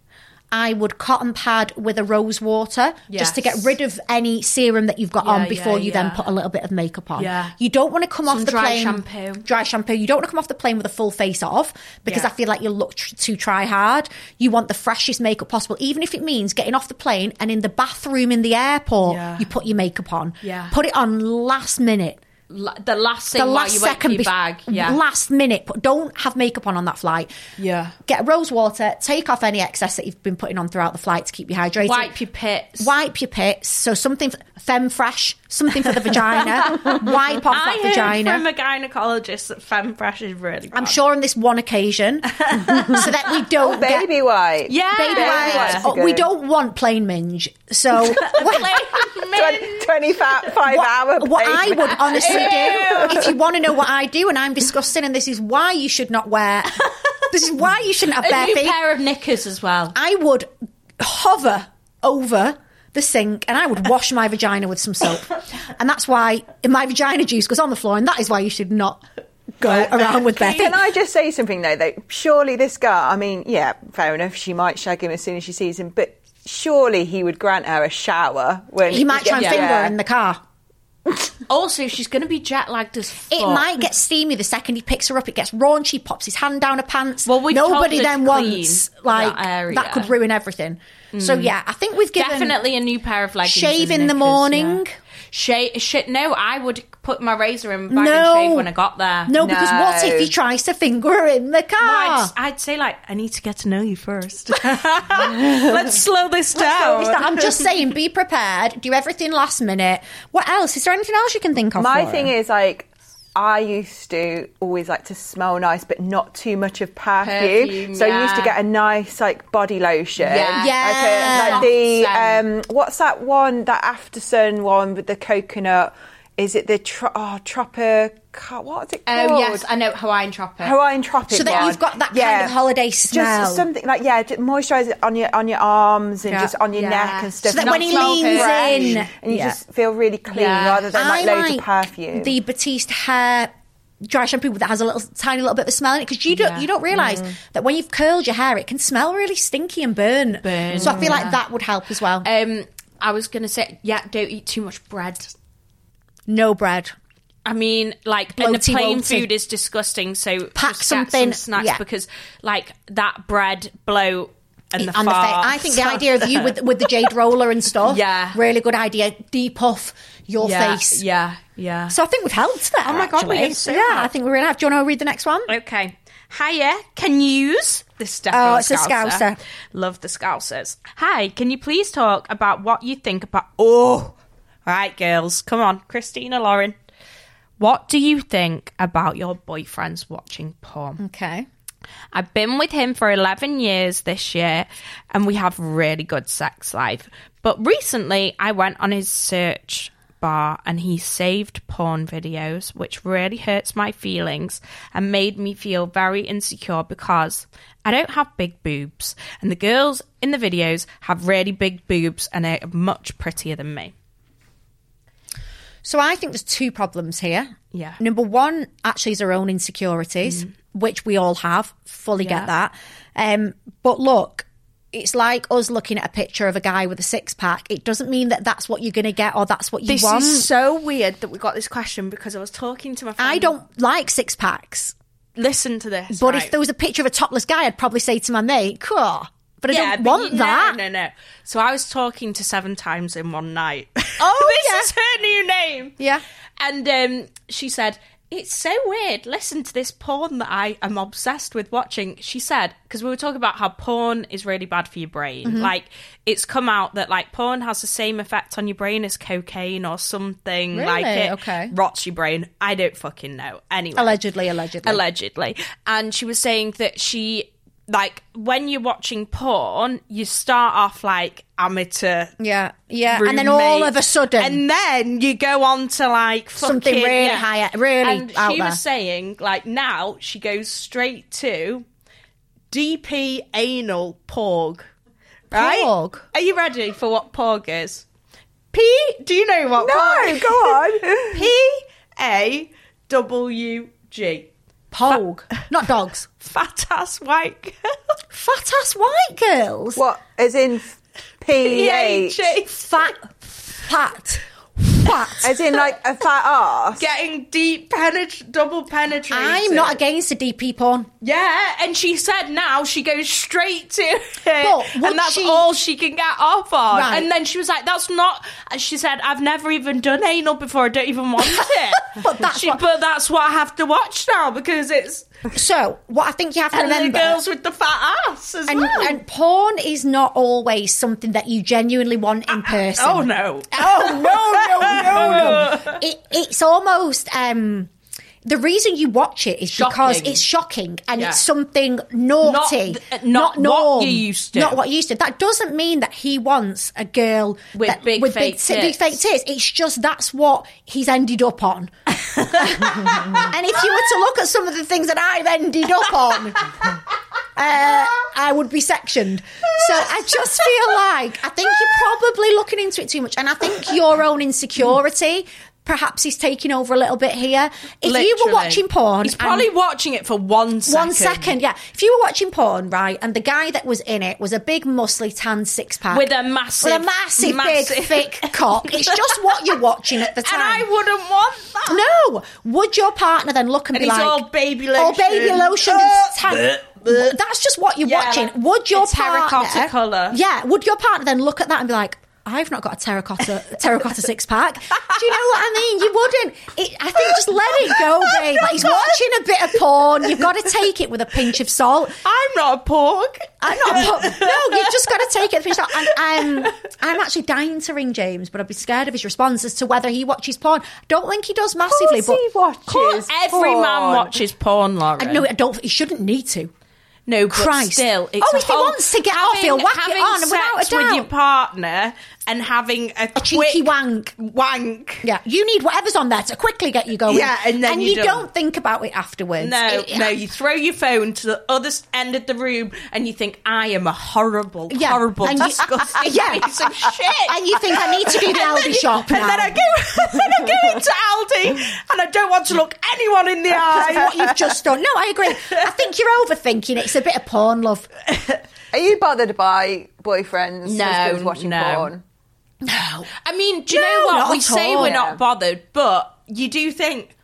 Speaker 4: I would cotton pad with a rose water just to get
Speaker 5: Yes.
Speaker 4: rid of any serum that you've got
Speaker 5: Yeah,
Speaker 4: on before
Speaker 5: yeah,
Speaker 4: you then
Speaker 5: yeah.
Speaker 4: put a little bit of makeup on.
Speaker 5: Yeah.
Speaker 4: You don't want to come off
Speaker 5: Some
Speaker 4: the
Speaker 5: dry
Speaker 4: plane
Speaker 5: shampoo.
Speaker 4: dry shampoo. You don't want to come off the plane with a full face off because
Speaker 5: Yeah.
Speaker 4: I feel like you look tr- too try hard. You want the freshest makeup possible, even if it means getting off the plane and in the bathroom in the airport,
Speaker 5: Yeah.
Speaker 4: you put your makeup on.
Speaker 5: Yeah.
Speaker 4: Put it on last minute.
Speaker 5: La- the last thing
Speaker 4: The last
Speaker 5: while you
Speaker 4: second
Speaker 5: second your
Speaker 4: bef-
Speaker 5: bag. Yeah.
Speaker 4: last minute, but don't have makeup on on that flight.
Speaker 5: Yeah.
Speaker 4: Get rose water, take off any excess that you've been putting on throughout the flight to keep you hydrated.
Speaker 5: Wipe your pits.
Speaker 4: Wipe your pits. So something femme fresh, something for the vagina. Wipe off
Speaker 5: I
Speaker 4: that
Speaker 5: heard
Speaker 4: vagina.
Speaker 5: from a gynecologist that femme fresh is really. Bad.
Speaker 4: I'm sure on this one occasion, so that we don't get-
Speaker 6: Oh, Baby wipe.
Speaker 5: Yeah.
Speaker 4: baby
Speaker 6: Yeah.
Speaker 4: wipes. Oh, we don't want plain minge. So what,
Speaker 6: Twen- 25 hour
Speaker 4: what I
Speaker 6: baby
Speaker 4: would honestly do, if you want to know what I do, and I'm disgusting, and this is why you should not wear. This is why you shouldn't have
Speaker 5: a
Speaker 4: bare
Speaker 5: new
Speaker 4: feet.
Speaker 5: pair of knickers as well.
Speaker 4: I would hover over the sink and I would wash my vagina with some soap. And that's why my vagina juice goes on the floor, and that is why you should not go around with bare feet.
Speaker 6: Can I just say something though? That surely this guy. I mean, yeah, fair enough. She might shag him as soon as she sees him, but surely he would grant her a shower when
Speaker 4: He might try and
Speaker 6: Yeah.
Speaker 4: finger her in the car.
Speaker 5: Also, she's going to be jet lagged as fuck.
Speaker 4: It might get steamy the second he picks her up. It gets raunchy, pops his hand down her pants.
Speaker 5: Well, we've told
Speaker 4: nobody
Speaker 5: her
Speaker 4: then
Speaker 5: to
Speaker 4: wants
Speaker 5: clean
Speaker 4: like
Speaker 5: that area. Mm.
Speaker 4: that could ruin everything. So yeah, I think we've given
Speaker 5: Definitely a new pair of leggings.
Speaker 4: shave
Speaker 5: and
Speaker 4: in the
Speaker 5: knickers,
Speaker 4: morning.
Speaker 5: yeah. Shave, shit. No, I would put my razor in my bag
Speaker 4: No,
Speaker 5: and shave when I got there.
Speaker 4: No, because what if he tries to finger her in the car?
Speaker 5: I'd, I'd say like I need to get to know you first. Let's slow this down.
Speaker 4: Is that- I'm just saying, be prepared. Do everything last minute. What else? Is there anything else you can think of?
Speaker 6: My
Speaker 4: for
Speaker 6: thing
Speaker 4: her?
Speaker 6: is like. I used to always like to smell nice, but not too much of perfume.
Speaker 5: Perfume,
Speaker 6: so I used to
Speaker 5: yeah.
Speaker 6: get a nice like body lotion.
Speaker 5: Yeah.
Speaker 4: Yeah.
Speaker 6: Like, a- like
Speaker 5: Soft
Speaker 6: the um, what's that one? That after sun one with the coconut? Is it the tro- oh, tropical? What's it called?
Speaker 5: Oh yes, I know Hawaiian Tropic.
Speaker 6: Hawaiian tropic.
Speaker 4: So that
Speaker 6: one.
Speaker 4: you've got that kind of holiday smell.
Speaker 6: Just something like yeah, just moisturise it on your on your arms and
Speaker 5: Yeah.
Speaker 6: just on your
Speaker 5: Yeah.
Speaker 6: neck and stuff.
Speaker 4: So that
Speaker 6: Not
Speaker 4: when he
Speaker 6: smell
Speaker 4: leans
Speaker 6: fresh,
Speaker 4: in-
Speaker 6: and you
Speaker 4: Yeah.
Speaker 6: just feel really clean
Speaker 5: Yeah.
Speaker 6: rather than like
Speaker 4: I
Speaker 6: loads
Speaker 4: like
Speaker 6: of perfume.
Speaker 4: The Batiste hair dry shampoo that has a little tiny little bit of smell in it because you don't you don't realize
Speaker 5: Mm.
Speaker 4: that when you've curled your hair it can smell really stinky and burn.
Speaker 5: Burn,
Speaker 4: So I feel like that would help as well.
Speaker 5: Um, I was gonna say yeah. Don't eat too much bread.
Speaker 4: no bread.
Speaker 5: I mean, like, and the
Speaker 4: Bloaty,
Speaker 5: plain
Speaker 4: bloaty.
Speaker 5: food is disgusting. So just
Speaker 4: Pack
Speaker 5: get some
Speaker 4: something,
Speaker 5: snacks
Speaker 4: yeah.
Speaker 5: because, like, that bread bloat and the
Speaker 4: on the fa-
Speaker 5: fart.
Speaker 4: I think the idea of you with with the jade roller and stuff.
Speaker 5: Yeah.
Speaker 4: Really good idea. Depuff your
Speaker 5: yeah,
Speaker 4: face.
Speaker 5: Yeah, yeah.
Speaker 4: So I think we've helped there.
Speaker 5: Oh my God, we
Speaker 4: actually.
Speaker 5: have so Eh.
Speaker 4: yeah. I
Speaker 5: helped.
Speaker 4: think we're gonna have. Do you want to read the next one?
Speaker 5: Okay. Hiya, can you use this stuff?
Speaker 4: Oh,
Speaker 5: on
Speaker 4: it's a Scouser.
Speaker 5: Love the Scousers. Hi, can you please talk about what you think about. Oh, right, girls. Come on, Christina Lauren. What do you think about your boyfriend's watching porn?
Speaker 4: Okay.
Speaker 5: I've been with him for 11 years this year and we have really good sex life. But recently I went on his search bar and he saved porn videos, which really hurts my feelings and made me feel very insecure because I don't have big boobs and the girls in the videos have really big boobs and are much prettier than me.
Speaker 4: So I think there's two problems here.
Speaker 5: Yeah. Mm.
Speaker 4: Number one actually is our own insecurities, which we all have. Fully get that. Um, but look, it's like us looking at a picture of a guy with a six pack. It doesn't mean that that's what you're going to get or that's what you
Speaker 5: This
Speaker 4: want.
Speaker 5: is so weird that we got this question because I was talking to my friend.
Speaker 4: I don't like six packs.
Speaker 5: listen to this.
Speaker 4: But
Speaker 5: right?
Speaker 4: if there was a picture of a topless guy, I'd probably say to my mate, cool. But I don't
Speaker 5: but
Speaker 4: want
Speaker 5: you-
Speaker 4: that.
Speaker 5: No, no, no. So I was talking to seven times in one night.
Speaker 4: Oh,
Speaker 5: this
Speaker 4: yeah.
Speaker 5: is her new name.
Speaker 4: Yeah.
Speaker 5: And um, she said, "It's so weird. Listen to this porn that I am obsessed with watching." She said, because we were talking about how porn is really bad for your brain.
Speaker 4: Mm-hmm.
Speaker 5: Like it's come out that like porn has the same effect on your brain as cocaine or something. Like
Speaker 4: Really?
Speaker 5: it
Speaker 4: Okay.
Speaker 5: rots your brain. I don't fucking know. Anyway,
Speaker 4: Allegedly, allegedly.
Speaker 5: allegedly and she was saying that she like when you're watching porn you start off like amateur
Speaker 4: Yeah, yeah, and then all
Speaker 5: roommate,
Speaker 4: of a sudden,
Speaker 5: and then you go on to like
Speaker 4: Something
Speaker 5: fucking-
Speaker 4: really
Speaker 5: yeah.
Speaker 4: high- really
Speaker 5: and
Speaker 4: out
Speaker 5: she
Speaker 4: there.
Speaker 5: was saying like now she goes straight to DP anal porg. Right?
Speaker 4: Porg?
Speaker 5: Are you ready for what porg is? P. Do you know what porg
Speaker 6: No,
Speaker 5: is?
Speaker 6: go on.
Speaker 5: P A W G.
Speaker 4: Pog. Not dogs.
Speaker 5: Fat ass white girl.
Speaker 4: Fat ass white girls.
Speaker 6: What? As in P E
Speaker 5: E
Speaker 6: H?
Speaker 4: Fat. Fat. Fat.
Speaker 6: As in like a fat ass?
Speaker 5: Getting deep, penet- double penetrated.
Speaker 4: I'm not against the DP porn.
Speaker 5: Yeah, and she said now she goes straight to it,
Speaker 4: would
Speaker 5: and that's
Speaker 4: she-
Speaker 5: all she can get off on.
Speaker 4: Right.
Speaker 5: And then she was like, "That's not." and She said, "I've never even done anal before. I don't even want it."
Speaker 4: But that's
Speaker 5: she,
Speaker 4: what-
Speaker 5: but that's what I have to watch now because it's
Speaker 4: So, what I think you have to
Speaker 5: and the
Speaker 4: remember.
Speaker 5: girls with the fat ass as
Speaker 4: and,
Speaker 5: well.
Speaker 4: and porn is not always something that you genuinely want in person.
Speaker 5: oh no!
Speaker 4: Oh no, no, no, no. It, it's almost um the reason you watch it is because
Speaker 5: Shocking.
Speaker 4: it's shocking and
Speaker 5: Yeah.
Speaker 4: it's something naughty,
Speaker 5: Not th- uh, not what you used to.
Speaker 4: not what you used to. That doesn't mean that he wants a girl
Speaker 5: With
Speaker 4: that-
Speaker 5: big
Speaker 4: with
Speaker 5: fake
Speaker 4: big, ti- big
Speaker 5: tits.
Speaker 4: fake tits. It's just that's what he's ended up on. and if you were to look at some of the things that I've ended up on. Uh, I would be sectioned. So I just feel like I think you're probably looking into it too much, and I think your own insecurity perhaps is taking over a little bit here. If you were
Speaker 5: Literally.
Speaker 4: watching porn,
Speaker 5: he's probably
Speaker 4: and-
Speaker 5: watching it for one second.
Speaker 4: one second, yeah. If you were watching porn, right, and the guy that was in it was a big, muscly, tan six pack
Speaker 5: With a massive-
Speaker 4: with a massive,
Speaker 5: massive-
Speaker 4: big, thick cock, it's just what you're watching at the
Speaker 5: and I
Speaker 4: time.
Speaker 5: wouldn't want that.
Speaker 4: No. Would your partner then look and,
Speaker 5: And
Speaker 4: be
Speaker 5: he's
Speaker 4: like,
Speaker 5: all baby
Speaker 4: all baby
Speaker 5: lotion.
Speaker 4: lotion and tan? That's just what you're
Speaker 5: Yeah,
Speaker 4: watching.
Speaker 5: like,
Speaker 4: would your
Speaker 5: it's
Speaker 4: partner
Speaker 5: terracotta colour.
Speaker 4: Yeah. Would your partner then look at that and be like? I've not got a terracotta terracotta six pack. Do you know what I mean? You wouldn't. It, I think just let it go, babe. Like he's watching a bit of porn. You've got to take it with a pinch of salt.
Speaker 5: I'm not a porg.
Speaker 4: I'm not. a po- no, you've just got to take it. Finish And um, I'm actually dying to ring James, but I'd be scared of his response as to whether he watches porn. Don't think he does massively,
Speaker 6: Of
Speaker 4: but
Speaker 6: course he watches
Speaker 4: Course-
Speaker 5: Every man
Speaker 6: porn.
Speaker 5: watches porn, Lauren.
Speaker 4: I know. I don't. Uh, He shouldn't need to.
Speaker 5: No, but
Speaker 4: Christ.
Speaker 5: still, it's
Speaker 4: Oh,
Speaker 5: a
Speaker 4: if he
Speaker 5: whole-
Speaker 4: wants to get off, he'll whack it
Speaker 5: having
Speaker 4: on, and
Speaker 5: sex
Speaker 4: without a
Speaker 5: with
Speaker 4: doubt.
Speaker 5: your partner and having a,
Speaker 4: A cheeky
Speaker 5: quick
Speaker 4: wank.
Speaker 5: wank.
Speaker 4: Yeah, you need whatever's on there to quickly get you going.
Speaker 5: Yeah, and then you
Speaker 4: you,
Speaker 5: don't.
Speaker 4: don't think about it afterwards.
Speaker 5: No,
Speaker 4: It-
Speaker 5: no, you throw your phone to the other s- end of the room and you think, I am a horrible,
Speaker 4: Yeah,
Speaker 5: horrible,
Speaker 4: and you-
Speaker 5: disgusting
Speaker 4: yeah.
Speaker 5: piece of shit.
Speaker 4: And you think, "I need to do the
Speaker 5: And then
Speaker 4: Aldi
Speaker 5: you-
Speaker 4: shop
Speaker 5: And then
Speaker 4: now."
Speaker 5: I go, then I go into Aldi and I don't want to look anyone in the
Speaker 4: That's
Speaker 5: eye.
Speaker 4: what you've just done. No, I agree. I think you're overthinking it. It's a bit of porn, love.
Speaker 6: Are you bothered by boyfriends,
Speaker 5: No,
Speaker 6: husbands watching
Speaker 5: no.
Speaker 6: porn?
Speaker 5: I mean, do you
Speaker 4: No,
Speaker 5: know what?
Speaker 4: not
Speaker 5: We
Speaker 4: at
Speaker 5: say
Speaker 4: all.
Speaker 5: we're
Speaker 6: Yeah.
Speaker 5: not bothered, but you do think,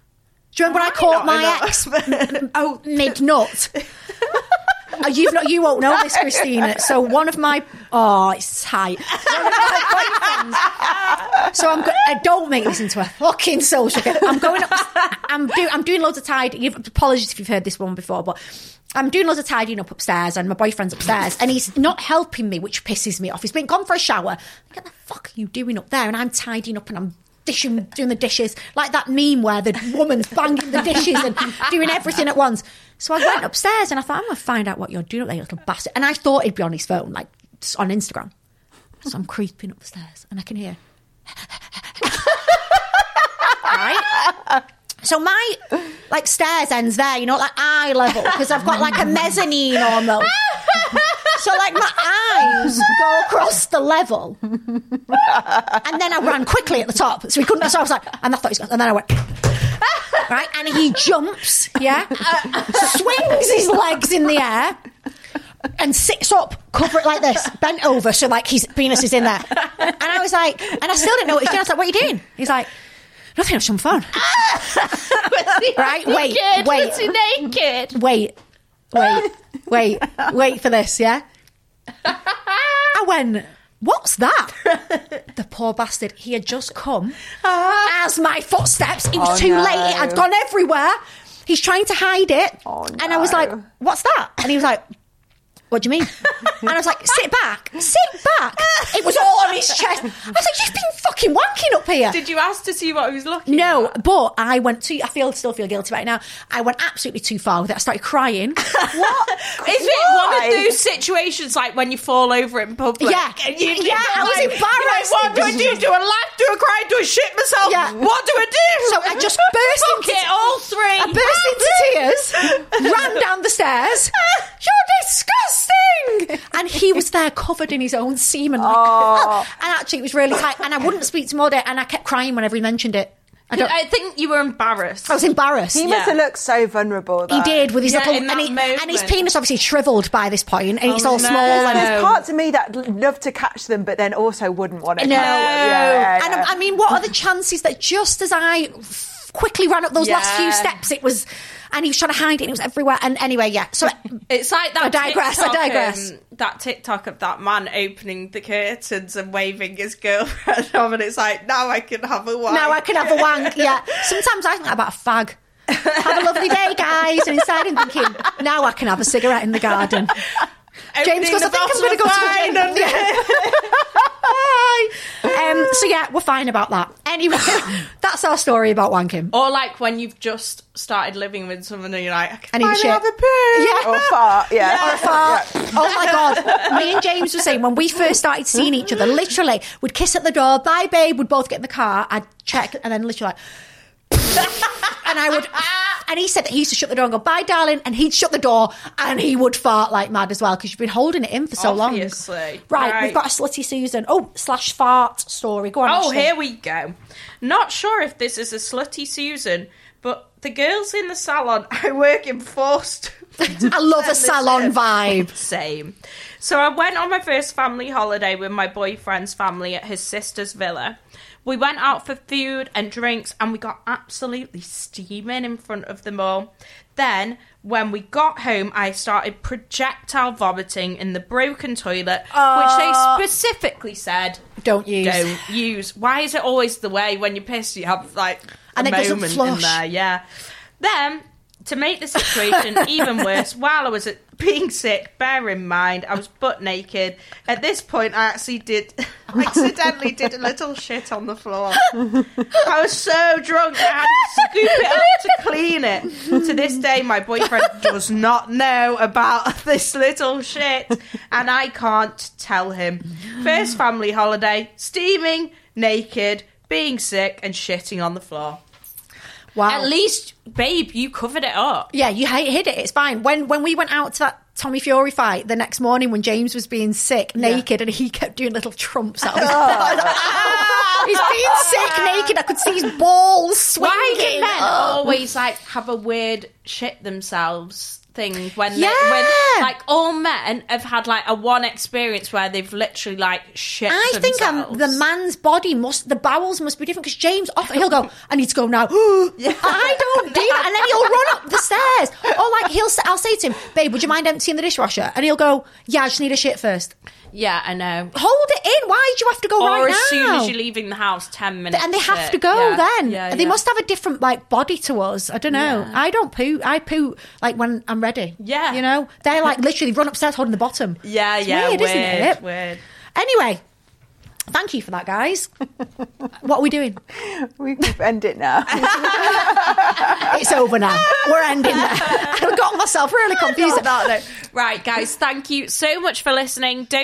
Speaker 4: Do you remember when I
Speaker 5: Why not
Speaker 4: caught my
Speaker 5: enough?
Speaker 4: ex m- oh mid nut? Oh, you've not, you won't know this, Christina. So one of my oh, it's tight. One of my boyfriends- so I'm. Go- uh, don't make this into a fucking social. game. I'm going up. I'm doing. I'm doing loads of tidying. You've- Apologies if you've heard this one before, but I'm doing loads of tidying up upstairs, and my boyfriend's upstairs, and he's not helping me, which pisses me off. He's been gone for a shower. What the fuck are you doing up there? And I'm tidying up, and I'm dishing, doing the dishes, like that meme where the woman's banging the dishes and doing everything at once. So I went upstairs and I thought, I'm going to find out what you're doing up there, you little bastard. And I thought he'd be on his phone, like s- on Instagram. So I'm creeping upstairs and I can hear. right? So my like stairs ends there, you know, like eye level, because I've got like a mezzanine almost. So like my eyes go across the level, and then I ran quickly at the top, so he couldn't. So I was like, and I thought he's, gone, and then I went. Right, and he jumps, yeah, swings his legs in the air, and sits up, cover it like this, bent over, so like his penis is in there. And I was like, and I still didn't know what he was doing. I was like, what are you doing? He's like, nothing, I'm just on my phone.
Speaker 6: Ah,
Speaker 4: right, wait, wait,
Speaker 5: naked.
Speaker 4: wait, wait, wait, wait for this, yeah? I went, what's that? The poor bastard, he had just come as my footsteps. It was
Speaker 6: Ah. Oh,
Speaker 4: too
Speaker 6: no.
Speaker 4: late, it had gone everywhere. He's trying to hide it. And I was
Speaker 6: Oh, no.
Speaker 4: like, what's that? And he was like, what do you mean? And I was like, sit back, sit back. It was all on his chest. I was like, you've been fucking wanking up here.
Speaker 5: Did you ask to see what he was looking
Speaker 4: No,
Speaker 5: at?
Speaker 4: but I went too. I feel still feel guilty about it now. I went absolutely too far with it. I started crying. what?
Speaker 5: Is it one of those situations like when you fall over in public?
Speaker 4: Yeah.
Speaker 5: and you,
Speaker 4: Yeah, I was
Speaker 5: you're like,
Speaker 4: embarrassed.
Speaker 5: what do I do? Do I laugh? Do I cry? Do I shit myself?
Speaker 4: Yeah.
Speaker 5: What do I do?
Speaker 4: So I just burst
Speaker 5: Fuck
Speaker 4: into
Speaker 5: it, all three.
Speaker 4: I burst into tears, ran down the stairs. You're there covered in his own semen. Like, and actually, it was really tight. And I wouldn't speak to Maudie, and I kept crying whenever he mentioned it. I, don't, I
Speaker 5: I think you were embarrassed.
Speaker 4: was embarrassed.
Speaker 6: He must have looked so vulnerable.
Speaker 4: He
Speaker 6: though.
Speaker 4: did with his
Speaker 5: Yeah,
Speaker 4: little
Speaker 5: in that
Speaker 4: and, he, and his
Speaker 5: moment. Oh,
Speaker 4: penis obviously shriveled by this point, and it's all
Speaker 5: no.
Speaker 4: small and
Speaker 6: There's parts of me that l- love to catch them, but then also wouldn't want to.
Speaker 4: No.
Speaker 6: catch them. Yeah, yeah,
Speaker 4: and
Speaker 6: yeah.
Speaker 4: I mean, what are the chances that just as I f- quickly ran up those last few
Speaker 5: Yeah.
Speaker 4: steps, it was, and he was trying to hide it, and it was everywhere. And anyway, yeah. So
Speaker 5: It's like that.
Speaker 4: I digress.
Speaker 5: TikTok,
Speaker 4: I digress.
Speaker 5: um, that TikTok of that man opening the curtains and waving his girlfriend off, and it's like now I can have a wife.
Speaker 4: now I can have a wank. Yeah. Sometimes I think that about a fag. Have a lovely day, guys. And inside, I'm thinking, now I can have a cigarette in the garden. James goes, I think I'm going to go to the gym. Bye. Um, so yeah, we're fine about that. Anyway, that's our story about wanking.
Speaker 5: Or like when you've just started living with someone and you're like, I, can
Speaker 4: I need a
Speaker 5: finally
Speaker 4: shit.
Speaker 5: have a poo.
Speaker 4: Yeah.
Speaker 6: or fart. Oh, Yeah.
Speaker 4: Or a fart. Oh my god! Me and James were saying when we first started seeing each other, literally, we'd kiss at the door. Bye, babe. We'd both get in the car. I'd check, and then literally, like, and I would. And he said that he used to shut the door and go, "Bye, darling," and he'd shut the door, and he would fart like mad as well because you've been holding it in for so long.
Speaker 5: Obviously.
Speaker 4: Right,
Speaker 5: Right.
Speaker 4: we've got a slutty Susan. Oh, slash fart story. Go on.
Speaker 5: Oh,
Speaker 4: Ashley.
Speaker 5: here we go. Not sure if this is a slutty Susan, but the girls in the salon I work in forced.
Speaker 4: I love a salon vibe.
Speaker 5: Same. So I went on my first family holiday with my boyfriend's family at his sister's villa. We went out for food and drinks and we got absolutely steaming in front of them all. Then, when we got home, I started projectile vomiting in the broken toilet, which they specifically said
Speaker 4: Don't use.
Speaker 5: don't use. Why is it always the way when you piss you have like
Speaker 4: And
Speaker 5: a
Speaker 4: it doesn't
Speaker 5: moment
Speaker 4: flush.
Speaker 5: in there? Yeah. Then to make the situation even worse, while I was at being sick, bear in mind I was butt naked. At this point, I actually did accidentally did a little shit on the floor. I was so drunk I had to scoop it up to clean it. To this day, my boyfriend does not know about this little shit, and I can't tell him. First family holiday, steaming, naked, being sick, and shitting on the floor.
Speaker 4: Wow.
Speaker 5: At least, babe, you covered it up.
Speaker 4: Yeah, Oh. you hi- hid it. It's fine. When when we went out to that Tommy Fury fight the next morning, when James was being sick, naked, and he kept doing little trumps
Speaker 5: Oh.
Speaker 4: out of his. I was like, "Ah!" He's being sick, naked. I could see his balls swinging.
Speaker 5: Why do men
Speaker 4: Oh.
Speaker 5: always like have a weird shit themselves thing when
Speaker 4: Yeah.
Speaker 5: they when like all men have had like a one experience where they've literally like shit.
Speaker 4: I think um,
Speaker 5: themselves.
Speaker 4: the man's body must, the bowels must be different because James often he'll go, I need to go now. I don't do that, and then he'll run up the stairs. Or like he'll, s- I'll say to him, Babe, would you mind emptying the dishwasher? And he'll go, Yeah, I just need a shit first.
Speaker 5: Yeah, I know.
Speaker 4: Hold it in. Why do you have to go
Speaker 5: Or
Speaker 4: right
Speaker 5: as
Speaker 4: now?
Speaker 5: soon as you're leaving the house, ten minutes,
Speaker 4: and they have
Speaker 5: shit.
Speaker 4: to go
Speaker 5: Yeah,
Speaker 4: then.
Speaker 5: yeah,
Speaker 4: They
Speaker 5: yeah.
Speaker 4: must have a different like body to us. I don't know. I don't poo. I poo like when I'm ready.
Speaker 5: Yeah.
Speaker 4: you know, they're like literally run upstairs holding the bottom.
Speaker 5: Yeah,
Speaker 4: It's
Speaker 5: yeah,
Speaker 4: weird, isn't
Speaker 5: weird,
Speaker 4: it?
Speaker 5: weird.
Speaker 4: Anyway, thank you for that, guys. what are we doing?
Speaker 6: we can end it now.
Speaker 4: It's over now. We're ending. there. I got myself really confused about it.
Speaker 5: Right, guys, thank you so much for listening. Don't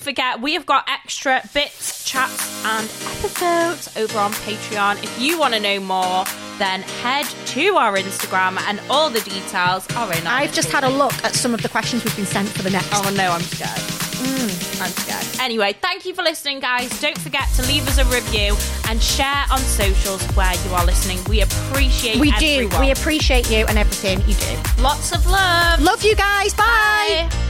Speaker 5: forget, we have got extra bits, chats, and episodes over on Patreon. If you want to know more, then head to our Instagram, and all the details are in. our
Speaker 4: I've just had a look at some of the questions we've been sent for the next.
Speaker 5: Oh no, I'm scared. I'm scared. Anyway, thank you for listening, guys. Don't forget to leave us a review and share on socials where you are listening. We appreciate
Speaker 4: We do.
Speaker 5: everyone.
Speaker 4: We appreciate you and everything you do.
Speaker 5: Lots of love.
Speaker 4: Love you guys. Bye.
Speaker 5: Bye.